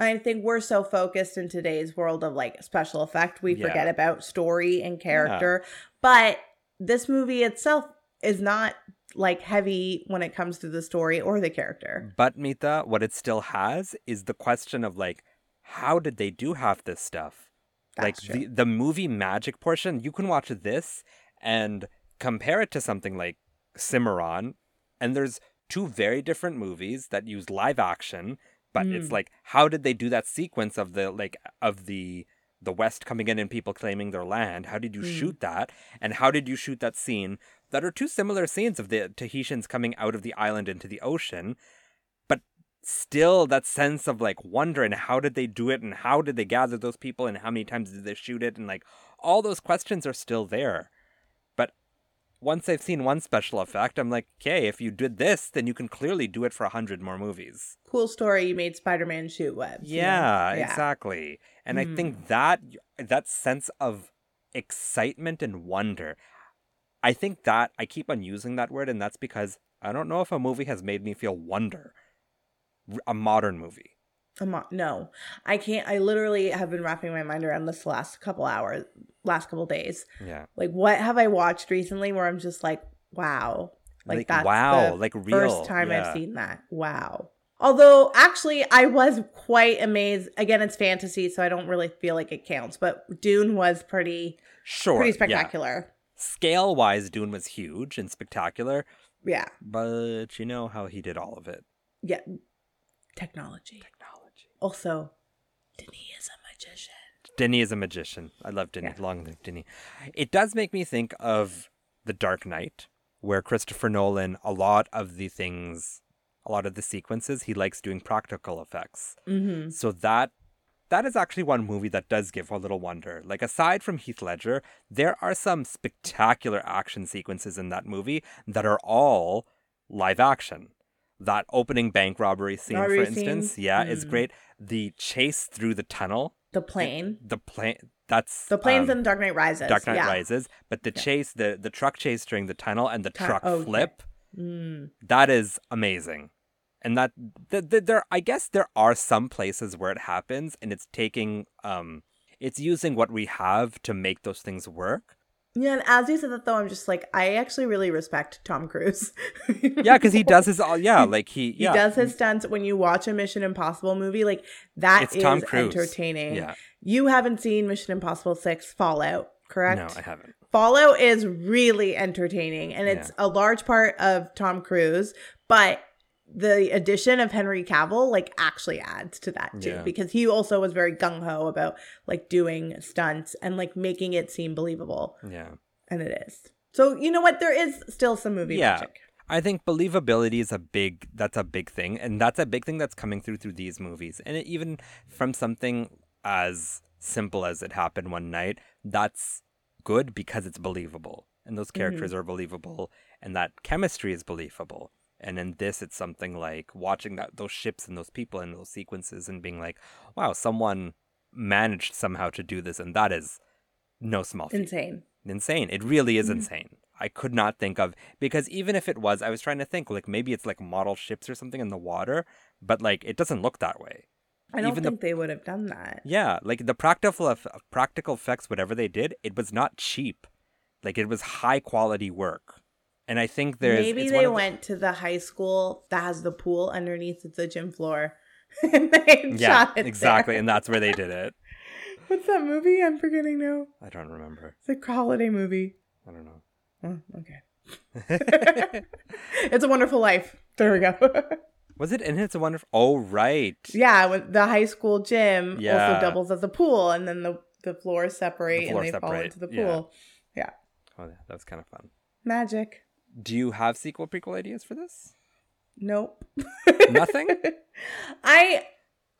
Speaker 2: I think we're so focused in today's world of like special effect, we
Speaker 1: Yeah.
Speaker 2: forget about story and character. But this movie itself is not like heavy when it comes to the story or the character.
Speaker 1: But Mita, what it still has is the question of like, how did they do half this stuff? like
Speaker 2: That's
Speaker 1: the the movie magic portion, you can watch this and compare it to something like Cimarron, and there's two very different movies that use live action, but it's
Speaker 2: Mm.
Speaker 1: like, how did they do that sequence of the like of the the West coming in and people claiming their land? How did you
Speaker 2: Mm.
Speaker 1: shoot that? And how did you shoot that scene? That are two similar scenes of the Tahitians coming out of the island into the ocean, still that sense of like wonder and how did they do it and how did they gather those people and how many times did they shoot it and like all those questions are still there. But once I've seen one special effect, I'm like, okay, if you did this, then you can clearly do it for a hundred more movies.
Speaker 2: cool story you made Spider Man shoot webs. you know?
Speaker 1: Yeah, exactly. And I
Speaker 2: Hmm.
Speaker 1: think that that sense of excitement and wonder, I think that I keep on using that word, and that's because I don't know if a movie has made me feel wonder. R- A modern movie.
Speaker 2: I'm not, no, I can't. I literally have been wrapping my mind around this the last couple hours, last couple days.
Speaker 1: Yeah.
Speaker 2: Like, what have I watched recently where I'm just like, wow, like, that's
Speaker 1: wow,
Speaker 2: the
Speaker 1: like real
Speaker 2: first time
Speaker 1: yeah.
Speaker 2: I've seen that. Wow. Although actually I was quite amazed. Again, it's fantasy, so I don't really feel like it counts, but Dune was pretty
Speaker 1: Sure,
Speaker 2: pretty spectacular.
Speaker 1: Scale wise, Dune was huge and spectacular,
Speaker 2: Yeah.
Speaker 1: but you know how he did all of it.
Speaker 2: Yeah. Technology.
Speaker 1: Technology.
Speaker 2: Also, Denis is a magician.
Speaker 1: Denny is a magician. I love Denny.
Speaker 2: Yeah.
Speaker 1: Long live Denny. It does make me think of The Dark Knight, where Christopher Nolan, a lot of the things, a lot of the sequences, he likes doing practical effects.
Speaker 2: Mm-hmm.
Speaker 1: So that that is actually one movie that does give a little wonder. Like aside from Heath Ledger, there are some spectacular action sequences in that movie that are all live action. That opening bank robbery scene,
Speaker 2: Robbery
Speaker 1: for instance,
Speaker 2: scene?
Speaker 1: yeah, is
Speaker 2: Mm.
Speaker 1: great. The chase through the tunnel,
Speaker 2: The plane.
Speaker 1: the plane, that's
Speaker 2: The plane's
Speaker 1: um,
Speaker 2: in Dark Knight Rises.
Speaker 1: Dark Knight
Speaker 2: yeah.
Speaker 1: Rises, but the
Speaker 2: Yeah.
Speaker 1: chase, the the truck chase during the tunnel, and the
Speaker 2: Tun-
Speaker 1: truck
Speaker 2: oh, yeah.
Speaker 1: flip
Speaker 2: Mm.
Speaker 1: that is amazing and that th- th- there i guess there are some places where it happens and it's taking um it's using what we have to make those things work
Speaker 2: Yeah, and as you said that though, I'm just like, I actually really respect Tom Cruise.
Speaker 1: yeah because he does his all yeah like he
Speaker 2: He
Speaker 1: yeah
Speaker 2: does his stunts when you watch a Mission Impossible movie. Like that
Speaker 1: It's
Speaker 2: is
Speaker 1: Tom Cruise.
Speaker 2: entertaining.
Speaker 1: yeah
Speaker 2: You haven't seen Mission Impossible 6 Fallout,
Speaker 1: no
Speaker 2: correct?
Speaker 1: i haven't
Speaker 2: Fallout is really entertaining and it's a large part of Tom Cruise, but the addition of Henry Cavill like actually adds to that too
Speaker 1: Yeah.
Speaker 2: because he also was very gung ho about like doing stunts and like making it seem believable
Speaker 1: yeah
Speaker 2: and it is. So, you know what? There is still some movie
Speaker 1: Yeah.
Speaker 2: magic.
Speaker 1: I think believability is a big that's a big thing, and that's a big thing that's coming through through these movies, and it, even from something as simple as it happened one night, that's good because it's believable, and those characters are believable, and that chemistry is believable. And in this, it's something like watching that those ships and those people and those sequences, and being like, "Wow, someone managed somehow to do this," and that is no small feat
Speaker 2: Insane.
Speaker 1: insane. It really
Speaker 2: Mm-hmm.
Speaker 1: is insane. I could not think of because even if it was, I was trying to think like maybe it's like model ships or something in the water, but like it doesn't look that way.
Speaker 2: I don't
Speaker 1: Even the-
Speaker 2: think they would have done that.
Speaker 1: Yeah, like the practical eff- practical effects, whatever they did, it was not cheap. Like it was high quality work, and I think there's
Speaker 2: Maybe
Speaker 1: it's
Speaker 2: they
Speaker 1: one of the-
Speaker 2: went to the high school that has the pool underneath the gym floor. and they
Speaker 1: yeah,
Speaker 2: shot it
Speaker 1: exactly,
Speaker 2: there.
Speaker 1: and that's where they did it.
Speaker 2: What's that movie? I'm forgetting now.
Speaker 1: I don't remember.
Speaker 2: It's a holiday movie.
Speaker 1: I don't know.
Speaker 2: Oh, okay. it's a Wonderful Life. There we go.
Speaker 1: Was it in It's a Wonderful? Oh right.
Speaker 2: yeah, when the high school gym
Speaker 1: Yeah.
Speaker 2: also doubles as a pool, and then the the floors separate
Speaker 1: The floors
Speaker 2: and they fall
Speaker 1: separate,
Speaker 2: into the
Speaker 1: yeah.
Speaker 2: pool. Yeah,
Speaker 1: Oh yeah, that was kind of fun.
Speaker 2: magic.
Speaker 1: Do you have sequel prequel ideas for this?
Speaker 2: Nope.
Speaker 1: Nothing.
Speaker 2: I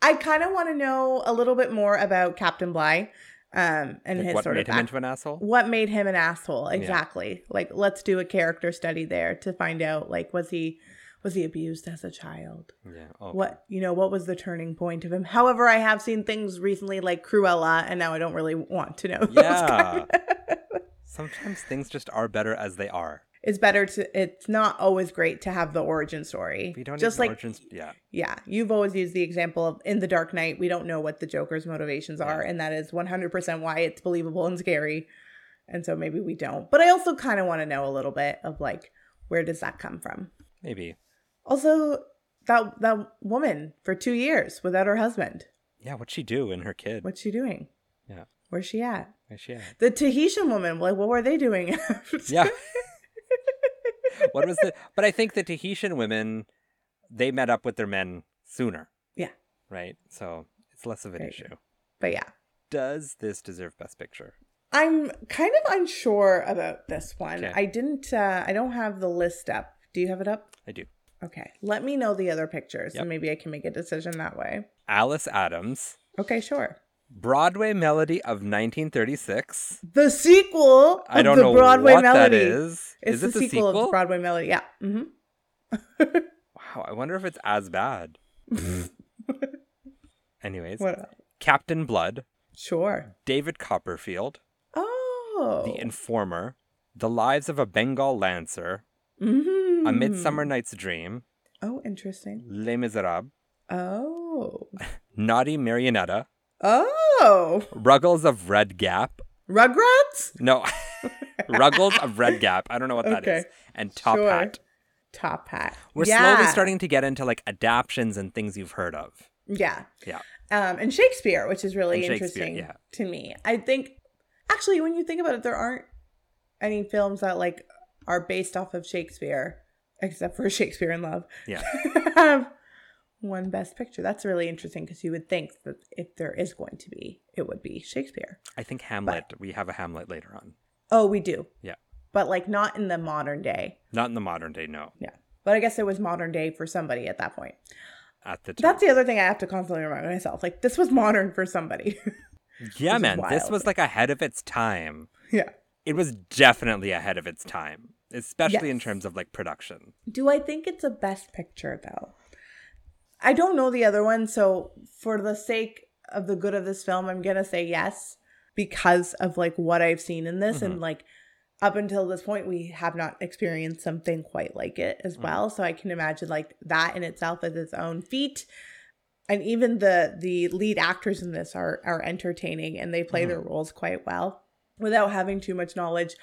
Speaker 2: I kind of want to know a little bit more about Captain Bly, um, and
Speaker 1: Like,
Speaker 2: his
Speaker 1: what
Speaker 2: sort
Speaker 1: made
Speaker 2: of
Speaker 1: him
Speaker 2: back-
Speaker 1: into an asshole?
Speaker 2: what made him an asshole exactly. Like, let's do a character study there to find out. Like, was he was he abused as a child?
Speaker 1: Yeah. Oh,
Speaker 2: what you know what was the turning point of him however i have seen things recently like cruella and now i don't really want to know those
Speaker 1: Yeah.
Speaker 2: kind of-
Speaker 1: Sometimes things just are better as they are.
Speaker 2: it's better to it's not always great to have the origin story
Speaker 1: We don't
Speaker 2: just
Speaker 1: need
Speaker 2: like
Speaker 1: origins. Yeah.
Speaker 2: yeah you've always used the example of in the dark knight we don't know what the joker's motivations are
Speaker 1: Yeah.
Speaker 2: and that is 100% why it's believable and scary and so maybe we don't but i also kind of want to know a little bit of like where does that come from
Speaker 1: Maybe.
Speaker 2: also that that woman for two years without her husband
Speaker 1: Yeah. What'd she do and her kid?
Speaker 2: What's she doing?
Speaker 1: Yeah.
Speaker 2: Where's she at?
Speaker 1: Where's she at?
Speaker 2: The Tahitian woman, like, what were they doing?
Speaker 1: Yeah. what was the? But I think the Tahitian women, they met up with their men sooner.
Speaker 2: Yeah.
Speaker 1: Right. So it's less of an
Speaker 2: There you
Speaker 1: issue.
Speaker 2: But yeah,
Speaker 1: Does this deserve Best Picture?
Speaker 2: I'm kind of unsure about this one.
Speaker 1: Okay.
Speaker 2: I didn't, uh, I don't have the list up. Do you have it up?
Speaker 1: I do.
Speaker 2: Okay. Let me know the other pictures
Speaker 1: Yep.
Speaker 2: and maybe I can make a decision that way.
Speaker 1: Alice Adams,
Speaker 2: Okay, sure.
Speaker 1: Broadway Melody of 1936.
Speaker 2: The sequel of
Speaker 1: I don't
Speaker 2: the
Speaker 1: know
Speaker 2: Broadway
Speaker 1: what
Speaker 2: Melody.
Speaker 1: that is.
Speaker 2: It's
Speaker 1: is
Speaker 2: the,
Speaker 1: it the
Speaker 2: sequel, of the Broadway Melody. Yeah. hmm
Speaker 1: Wow, I wonder if it's as bad. Anyways,
Speaker 2: What else?
Speaker 1: Captain Blood,
Speaker 2: Sure.
Speaker 1: David Copperfield,
Speaker 2: Oh.
Speaker 1: The Informer, The Lives of a Bengal Lancer,
Speaker 2: Mhm.
Speaker 1: A Midsummer Night's Dream,
Speaker 2: Oh, interesting.
Speaker 1: Les Miserables,
Speaker 2: Oh.
Speaker 1: Naughty Marionetta,
Speaker 2: Oh,
Speaker 1: Ruggles of Red Gap.
Speaker 2: Rugrats?
Speaker 1: No, Ruggles of Red Gap. I don't know what that is.
Speaker 2: Okay,
Speaker 1: And Top
Speaker 2: sure.
Speaker 1: Hat.
Speaker 2: Top Hat.
Speaker 1: We're slowly
Speaker 2: Yeah.
Speaker 1: starting to get into like adaptions and things you've heard of.
Speaker 2: Yeah.
Speaker 1: Yeah.
Speaker 2: Um, and Shakespeare, which is really
Speaker 1: And Shakespeare,
Speaker 2: interesting
Speaker 1: yeah.
Speaker 2: to me. I think, actually, when you think about it, there aren't any films that like are based off of Shakespeare, except for Shakespeare in Love.
Speaker 1: Yeah.
Speaker 2: Have One Best Picture. That's really interesting because you would think that if there is going to be, it would be Shakespeare.
Speaker 1: I think Hamlet, we have a Hamlet later on.
Speaker 2: Oh, we do.
Speaker 1: Yeah.
Speaker 2: But like not in the modern day.
Speaker 1: Not in the modern day, no.
Speaker 2: Yeah. But I guess it was modern day for somebody at that point.
Speaker 1: At the time.
Speaker 2: That's the other thing I have to constantly remind myself. Like this was modern for somebody.
Speaker 1: Yeah,
Speaker 2: This is
Speaker 1: man, this
Speaker 2: wild.
Speaker 1: was like ahead of its time.
Speaker 2: yeah.
Speaker 1: It was definitely ahead of its time, especially in
Speaker 2: Yes.
Speaker 1: terms of like production.
Speaker 2: Do I think it's a best picture though? I don't know the other one, so for the sake of the good of this film, I'm gonna say yes because of like what I've seen in this and like up until this point we have not experienced something quite like it as well. So I can imagine like that in itself is its own feat. And even the the lead actors in this are are entertaining and they play their roles quite well. Without having too much knowledge,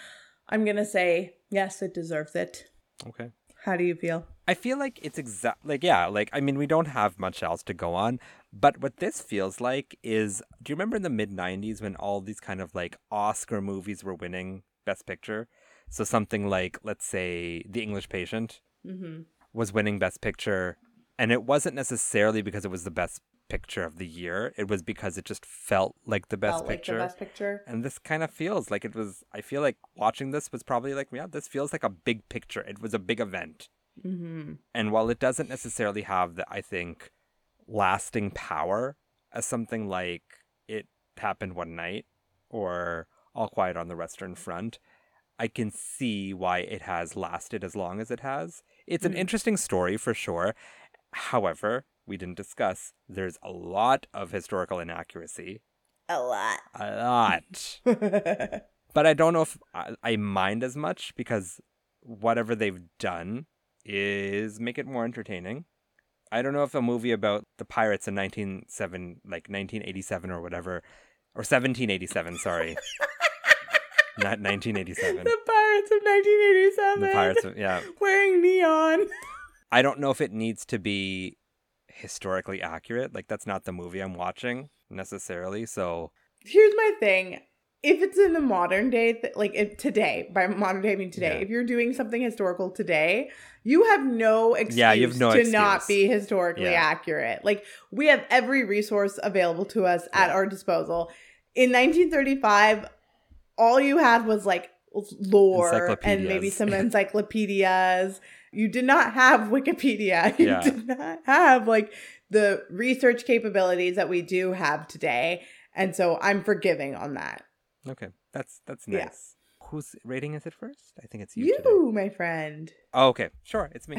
Speaker 2: I'm gonna say yes, it deserves it.
Speaker 1: Okay.
Speaker 2: How do you feel?
Speaker 1: I feel like it's exact like yeah, like I mean we don't have much else to go on, but what this feels like is do you remember in the mid 90s when all these kind of like Oscar movies were winning best picture? So something like let's say The English Patient
Speaker 2: Mm-hmm.
Speaker 1: was winning best picture and it wasn't necessarily because it was the best picture of the year, it was because it just felt like the best picture.
Speaker 2: the best picture.
Speaker 1: and this kind of feels like it was i feel like watching this was probably like yeah this feels like a big picture it was a big event
Speaker 2: Mm-hmm.
Speaker 1: And while it doesn't necessarily have the, I think, lasting power as something like It Happened One Night or All Quiet on the Western Front, I can see why it has lasted as long as it has. It's an
Speaker 2: Mhm.
Speaker 1: interesting story for sure. However, we didn't discuss, there's a lot of historical inaccuracy.
Speaker 2: A lot.
Speaker 1: A lot.
Speaker 2: mm-hmm.
Speaker 1: but I don't know if I, I mind as much because whatever they've done is make it more entertaining. I don't know if a movie about the pirates in 197 like 1987 or whatever or 1787, sorry. Not 1987.
Speaker 2: The Pirates of 1987.
Speaker 1: The pirates, of- yeah.
Speaker 2: Wearing neon.
Speaker 1: I don't know if it needs to be historically accurate. Like that's not the movie I'm watching necessarily. So,
Speaker 2: Here's my thing. If it's in the modern day, th- like if today, by modern day I mean today,
Speaker 1: Yeah.
Speaker 2: if you're doing something historical today, you have no excuse
Speaker 1: Yeah, you have no
Speaker 2: to not
Speaker 1: excuse.
Speaker 2: be historically
Speaker 1: Yeah.
Speaker 2: accurate. Like we have every resource available to us at
Speaker 1: Yeah.
Speaker 2: our disposal. In 1935, all you had was like lore and maybe
Speaker 1: Encyclopedias.
Speaker 2: some encyclopedias. You did not have Wikipedia. You
Speaker 1: Yeah.
Speaker 2: did not have like the research capabilities that we do have today. And so I'm forgiving on that.
Speaker 1: okay. That's that's
Speaker 2: Yeah.
Speaker 1: nice. Whose rating is it first? I think it's you.
Speaker 2: You,
Speaker 1: today.
Speaker 2: my friend.
Speaker 1: Oh, okay, sure, it's me.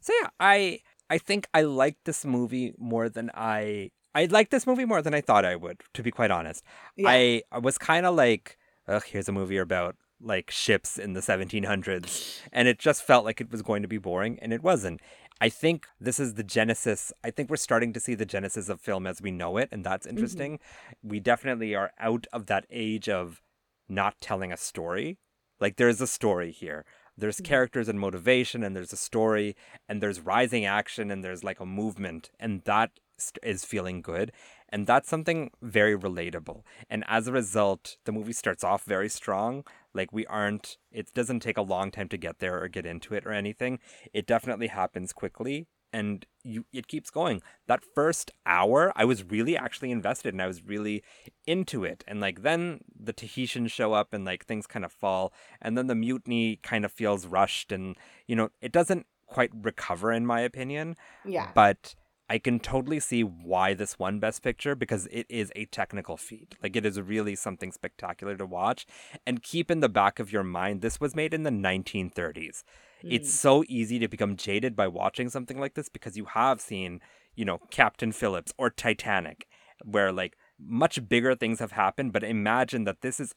Speaker 1: so yeah, I I think I like this movie more than I I like this movie more than I thought I would. To be quite honest,
Speaker 2: Yeah.
Speaker 1: I, I was kind of like, ugh, here's a movie about like ships in the 1700s, and it just felt like it was going to be boring, and it wasn't. I think this is the genesis. I think we're starting to see the genesis of film as we know it, and that's interesting. We definitely are out of that age of not telling a story. Like there's a story here. There's
Speaker 2: Mhm.
Speaker 1: characters and motivation, and there's a story, and there's rising action, and there's like a movement, and that st- is feeling good, and that's something very relatable. And as a result, the movie starts off very strong. Like we aren't. It doesn't take a long time to get there or get into it or anything. It definitely happens quickly, and you it keeps going. That first hour, I was really actually invested, and I was really into it and like then the tahitians show up and like things kind of fall and then the mutiny kind of feels rushed and you know it doesn't quite recover in my opinion
Speaker 2: yeah.
Speaker 1: but i can totally see why this won best picture because it is a technical feat like it is really something spectacular to watch and keep in the back of your mind this was made in the 1930s it's so easy to become jaded by watching something like this because you have seen, you know, Captain Phillips or Titanic, where like much bigger things have happened. But imagine that this is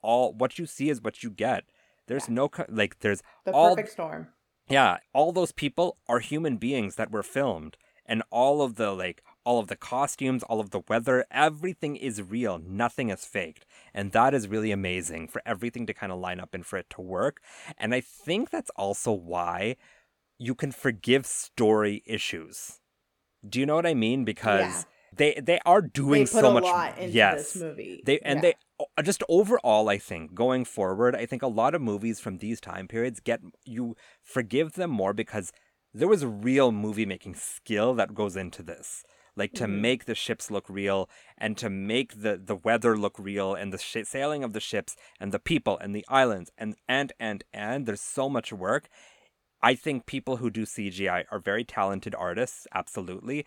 Speaker 1: all what you see is what you get. There's no co- like there's
Speaker 2: the
Speaker 1: all-
Speaker 2: perfect storm.
Speaker 1: yeah, all those people are human beings that were filmed, and all of the like, all of the costumes, all of the weather, everything is real. Nothing is faked, and that is really amazing for everything to kind of line up and for it to work. And I think that's also why you can forgive story issues. Do you know what I mean? Because they they are doing
Speaker 2: They put
Speaker 1: so
Speaker 2: a
Speaker 1: much.
Speaker 2: lot into
Speaker 1: yes,
Speaker 2: this movie.
Speaker 1: they and
Speaker 2: Yeah.
Speaker 1: they uh, just overall, I think going forward, I think a lot of movies from these time periods get you forgive them more because there was real movie making skill that goes into this, like to
Speaker 2: Mhm.
Speaker 1: make the ships look real and to make the the weather look real and the sh- sailing of the ships and the people and the islands and and and and there's so much work. I think people who do CGI are very talented artists, absolutely.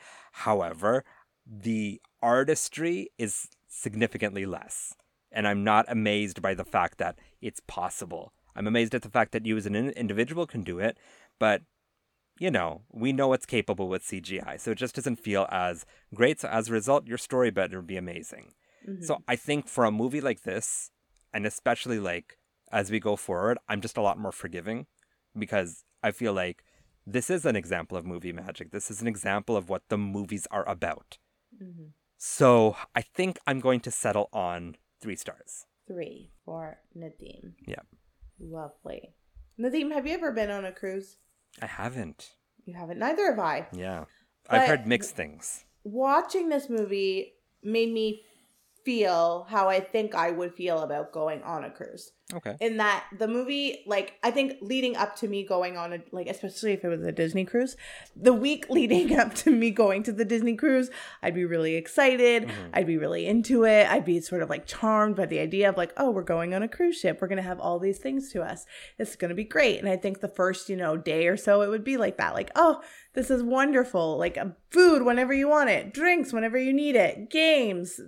Speaker 1: However, the artistry is significantly less. And I'm not amazed by the fact that it's possible. I'm amazed at the fact that you as an in- individual can do it, but you know, we know it's capable with CGI. So it just doesn't feel as great. So as a result, your story better be amazing.
Speaker 2: Mhm.
Speaker 1: So I think for a movie like this, and especially like as we go forward, I'm just a lot more forgiving because I feel like this is an example of movie magic. This is an example of what the movies are about.
Speaker 2: Mhm.
Speaker 1: So I think I'm going to settle on three stars.
Speaker 2: three for Nadim.
Speaker 1: Yeah.
Speaker 2: Lovely. Nadim, have you ever been on a cruise?
Speaker 1: I haven't.
Speaker 2: You haven't. Neither have I.
Speaker 1: Yeah.
Speaker 2: But-
Speaker 1: I've heard mixed things.
Speaker 2: watching this movie made me feel how I think I would feel about going on a cruise.
Speaker 1: Okay.
Speaker 2: in that the movie like i think leading up to me going on a like especially if it was a disney cruise the week leading up to me going to the disney cruise i'd be really excited
Speaker 1: Mhm.
Speaker 2: i'd be really into it i'd be sort of like charmed by the idea of like oh we're going on a cruise ship we're going to have all these things to us it's going to be great and i think the first you know day or so it would be like that like oh this is wonderful like uh, food whenever you want it drinks whenever you need it games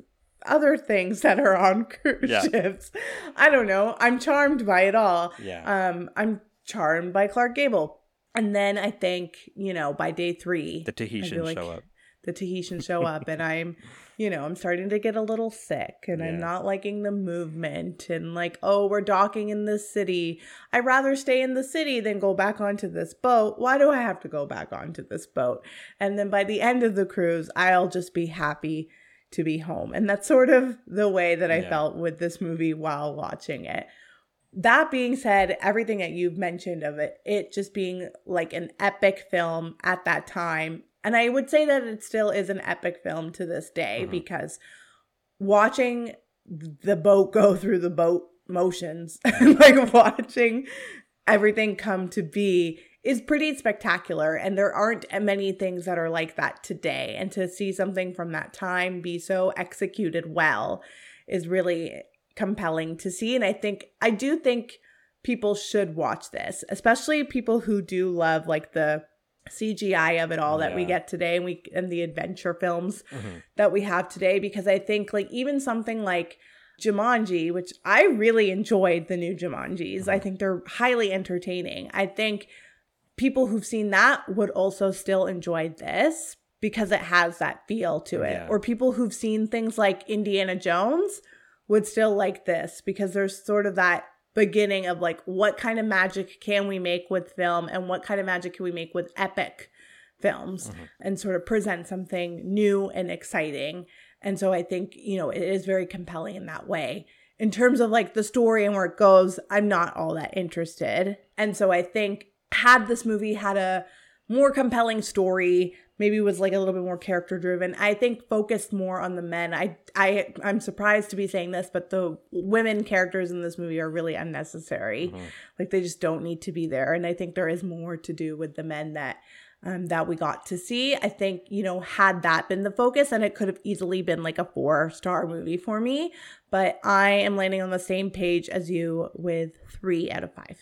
Speaker 2: other things that are on cruise
Speaker 1: Yeah.
Speaker 2: ships I don't know. I'm charmed by it all.
Speaker 1: Yeah.
Speaker 2: Um, I'm charmed by Clark Gable. And then I think, you know, by day three,
Speaker 1: the
Speaker 2: the,
Speaker 1: Tahitian
Speaker 2: like-
Speaker 1: show up.
Speaker 2: Tahitians show up and I'm, you know, I'm starting to get a little sick and
Speaker 1: Yeah.
Speaker 2: I'm not liking the movement and like, oh, we're docking in this city. I'd rather stay in the city than go back onto this boat. Why do I have to go back onto this boat? And then by the end of the cruise, I'll just be happy to be home. And that's sort of the way that I
Speaker 1: Yeah.
Speaker 2: felt with this movie while watching it. That being said, everything that you've mentioned of it, it just being like an epic film at that time. And I would say that it still is an epic film to this day
Speaker 1: Mhm.
Speaker 2: because watching the boat go through the boat motions, like watching everything come to be is pretty spectacular and there aren't many things that are like that today and to see something from that time be so executed well is really compelling to see and I think I do think people should watch this especially people who do love like the CGI of it all that we
Speaker 1: Yeah.
Speaker 2: get today and we and the adventure films
Speaker 1: Mhm.
Speaker 2: that we have today because I think like even something like Jumanji, which I really enjoyed the new Jumanjis. I think they're highly entertaining. I think people who've seen that would also still enjoy this because it has that feel to it.
Speaker 1: Yeah.
Speaker 2: Or people who've seen things like Indiana Jones would still like this because there's sort of that beginning of like what kind of magic can we make with film and what kind of magic can we make with epic films
Speaker 1: Mhm.
Speaker 2: and sort of present something new and exciting. And so I think, you know, it is very compelling in that way. In terms of like the story and where it goes, I'm not all that interested. And so I think had this movie had a more compelling story, maybe was like a little bit more character driven. I think focused more on the men. I I I'm surprised to be saying this, but the women characters in this movie are really unnecessary
Speaker 1: Mhm.
Speaker 2: like they just don't need to be there and i think there is more to do with the men that um, that we got to see i think you know had that been the focus and it could have easily been like a four star movie for me but i am landing on the same page as you with three out of five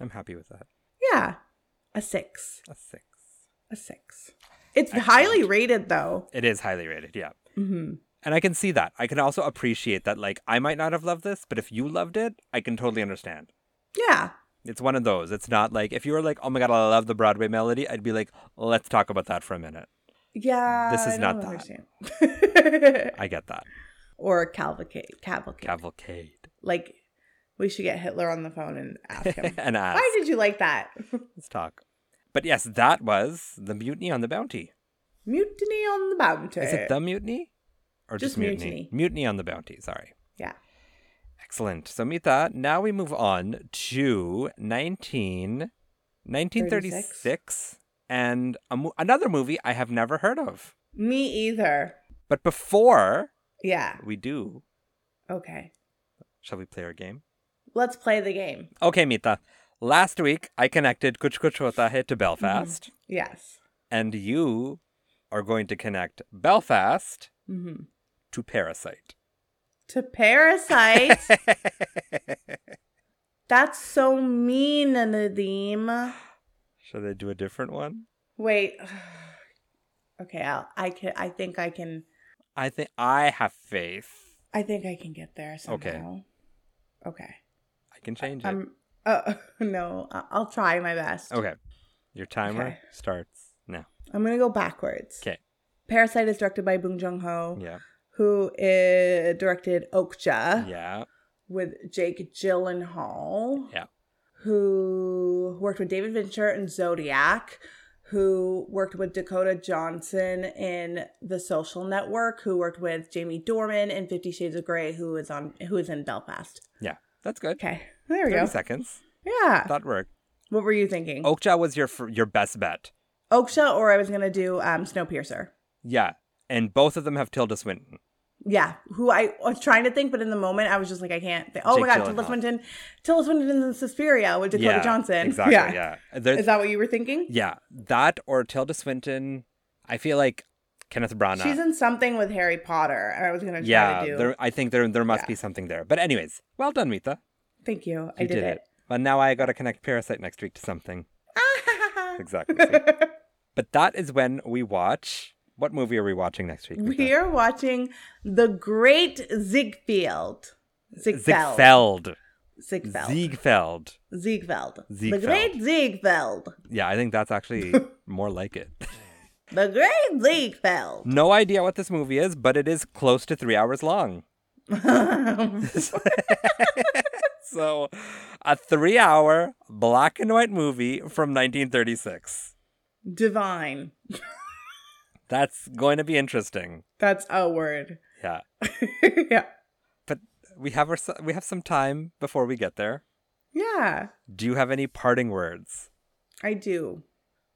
Speaker 1: I'm happy with that.
Speaker 2: yeah a six
Speaker 1: A six.
Speaker 2: a six it's
Speaker 1: Excellent. Mm-hmm.
Speaker 2: highly rated though
Speaker 1: It is highly rated. Yeah.
Speaker 2: hmm
Speaker 1: And I can see that. I can also appreciate that. Like, I might not have loved this, but if you loved it, I can totally understand.
Speaker 2: yeah
Speaker 1: It's one of those. It's not like if you were like, "Oh my god, I love the Broadway melody," I'd be like, "Let's talk about that for a minute."
Speaker 2: yeah
Speaker 1: This is
Speaker 2: I
Speaker 1: not
Speaker 2: don't
Speaker 1: that.
Speaker 2: understand.
Speaker 1: I get that.
Speaker 2: or cavalcade cavalcade
Speaker 1: Cavalcade
Speaker 2: like we should get hitler on the phone and ask him
Speaker 1: and ass.
Speaker 2: Why did you like that?
Speaker 1: Let's talk. But yes, that was the mutiny on the Bounty.
Speaker 2: Mutiny on the Bounty.
Speaker 1: Is it the mutiny, or Eh. just,
Speaker 2: Just
Speaker 1: mutiny?
Speaker 2: mutiny.
Speaker 1: on the Bounty. Sorry.
Speaker 2: Yeah.
Speaker 1: Excellent. So Mita, now we move on to 19, 1936 and a mo- another movie I have never heard of.
Speaker 2: Me either.
Speaker 1: But before
Speaker 2: Yeah.
Speaker 1: we do,
Speaker 2: Okay.
Speaker 1: shall we play our game?
Speaker 2: Let's play the game.
Speaker 1: Okay, Mita. Last week I connected Kuch Kuch Hota Hai to Belfast,
Speaker 2: Yes.
Speaker 1: and you are going to connect Belfast
Speaker 2: hmm
Speaker 1: to Parasite.
Speaker 2: To Parasite. That's so mean, Nadim.
Speaker 1: Should I do a different one?
Speaker 2: Wait. Okay. I'll, I can. I think I can.
Speaker 1: I think I have faith.
Speaker 2: I think I can get there
Speaker 1: Okay.
Speaker 2: somehow. Okay. Okay.
Speaker 1: I can change it.
Speaker 2: I'm. Uh, no. I- I'll try my best.
Speaker 1: Okay. Your timer
Speaker 2: Okay.
Speaker 1: starts now.
Speaker 2: I'm gonna go backwards.
Speaker 1: 'Kay.
Speaker 2: Parasite is directed by Bong Joon Ho,
Speaker 1: Yeah.
Speaker 2: who uh, directed Okja.
Speaker 1: Yeah.
Speaker 2: with Jake Gyllenhaal.
Speaker 1: Yeah.
Speaker 2: Who worked with David Fincher in Zodiac, who worked with Dakota Johnson in The Social Network, who worked with Jamie Dornan in Fifty Shades of Grey, who is on who is in Belfast.
Speaker 1: Yeah. That's good.
Speaker 2: Okay. There we
Speaker 1: 30
Speaker 2: go.
Speaker 1: seconds.
Speaker 2: Yeah.
Speaker 1: That worked.
Speaker 2: What were you thinking?
Speaker 1: Okja was your fir- your best bet.
Speaker 2: Oksha or I was gonna do um Snowpiercer.
Speaker 1: Yeah. And both of them have Tilda Swinton.
Speaker 2: yeah, who I was trying to think, but in the moment I was just like, I can't. Think. Oh my
Speaker 1: Jake
Speaker 2: god, Tilda
Speaker 1: Gyllenhaal.
Speaker 2: Swinton, Tilda Swinton in Suspiria with Dakota
Speaker 1: yeah,
Speaker 2: Johnson.
Speaker 1: Exactly. Yeah. There's-
Speaker 2: Is that what you were thinking?
Speaker 1: yeah. That or Tilda Swinton. I feel like Kenneth Branagh.
Speaker 2: She's in something with Harry Potter, and I was gonna try
Speaker 1: yeah.
Speaker 2: to do.
Speaker 1: There, I think there there must
Speaker 2: Yeah.
Speaker 1: be something there. But anyways, well done, Mita.
Speaker 2: Thank you, I
Speaker 1: You
Speaker 2: did, it.
Speaker 1: But now I got to connect Parasite next week to something. Exactly. see?
Speaker 2: Ah!
Speaker 1: but that is when we watch. What movie are we watching next week? Mita?
Speaker 2: we are watching The Great Ziegfeld. Ziegfeld.
Speaker 1: Ziegfeld.
Speaker 2: Ziegfeld.
Speaker 1: Ziegfeld.
Speaker 2: Ziegfeld. The
Speaker 1: Ziegfeld.
Speaker 2: Great Ziegfeld.
Speaker 1: Yeah, I think that's actually more like it.
Speaker 2: The Great Ziegfeld.
Speaker 1: No idea what this movie is, but it is close to three hours long. so, a three hour black and white movie from 1936.
Speaker 2: Divine.
Speaker 1: That's going to be interesting.
Speaker 2: That's a word.
Speaker 1: Yeah.
Speaker 2: yeah.
Speaker 1: We have our, we have some time before we get there.
Speaker 2: Yeah,
Speaker 1: Do you have any parting words?
Speaker 2: I do.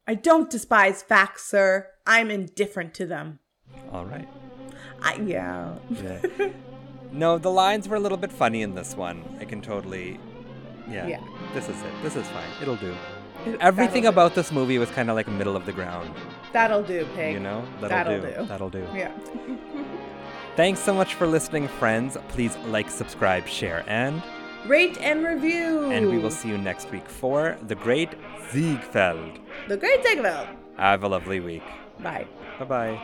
Speaker 2: I don't despise facts, sir. I'm indifferent to them.
Speaker 1: All right.
Speaker 2: I, yeah.
Speaker 1: Yeah. no, the lines were a little bit funny in this one. I can totally. Yeah.
Speaker 2: Yeah.
Speaker 1: This is it. This is fine. It'll do.
Speaker 2: It-
Speaker 1: Everything
Speaker 2: that'll
Speaker 1: about this movie was kind of like middle of the ground.
Speaker 2: do. That'll do, pig.
Speaker 1: You know?
Speaker 2: That'll do.
Speaker 1: That'll do.
Speaker 2: Yeah.
Speaker 1: Thanks so much for listening, friends. Please like, subscribe, share, and
Speaker 2: Rate and review.
Speaker 1: and we will see you next week for the Great Ziegfeld.
Speaker 2: The Great Ziegfeld.
Speaker 1: Have a lovely week.
Speaker 2: Bye.
Speaker 1: Bye bye.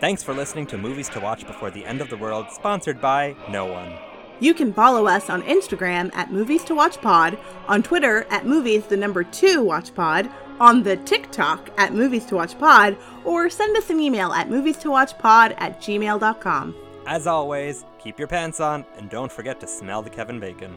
Speaker 1: Thanks for listening to Movies to Watch Before the End of the World, sponsored by No One.
Speaker 2: You can follow us on Instagram at Movies to Watch Pod, on Twitter at Movies the number two Watch Pod, on the TikTok at Movies to Watch Pod, or send us an email at Movies to Watch Pod at gmail.com.
Speaker 1: As always, keep your pants on and don't forget to smell the Kevin Bacon.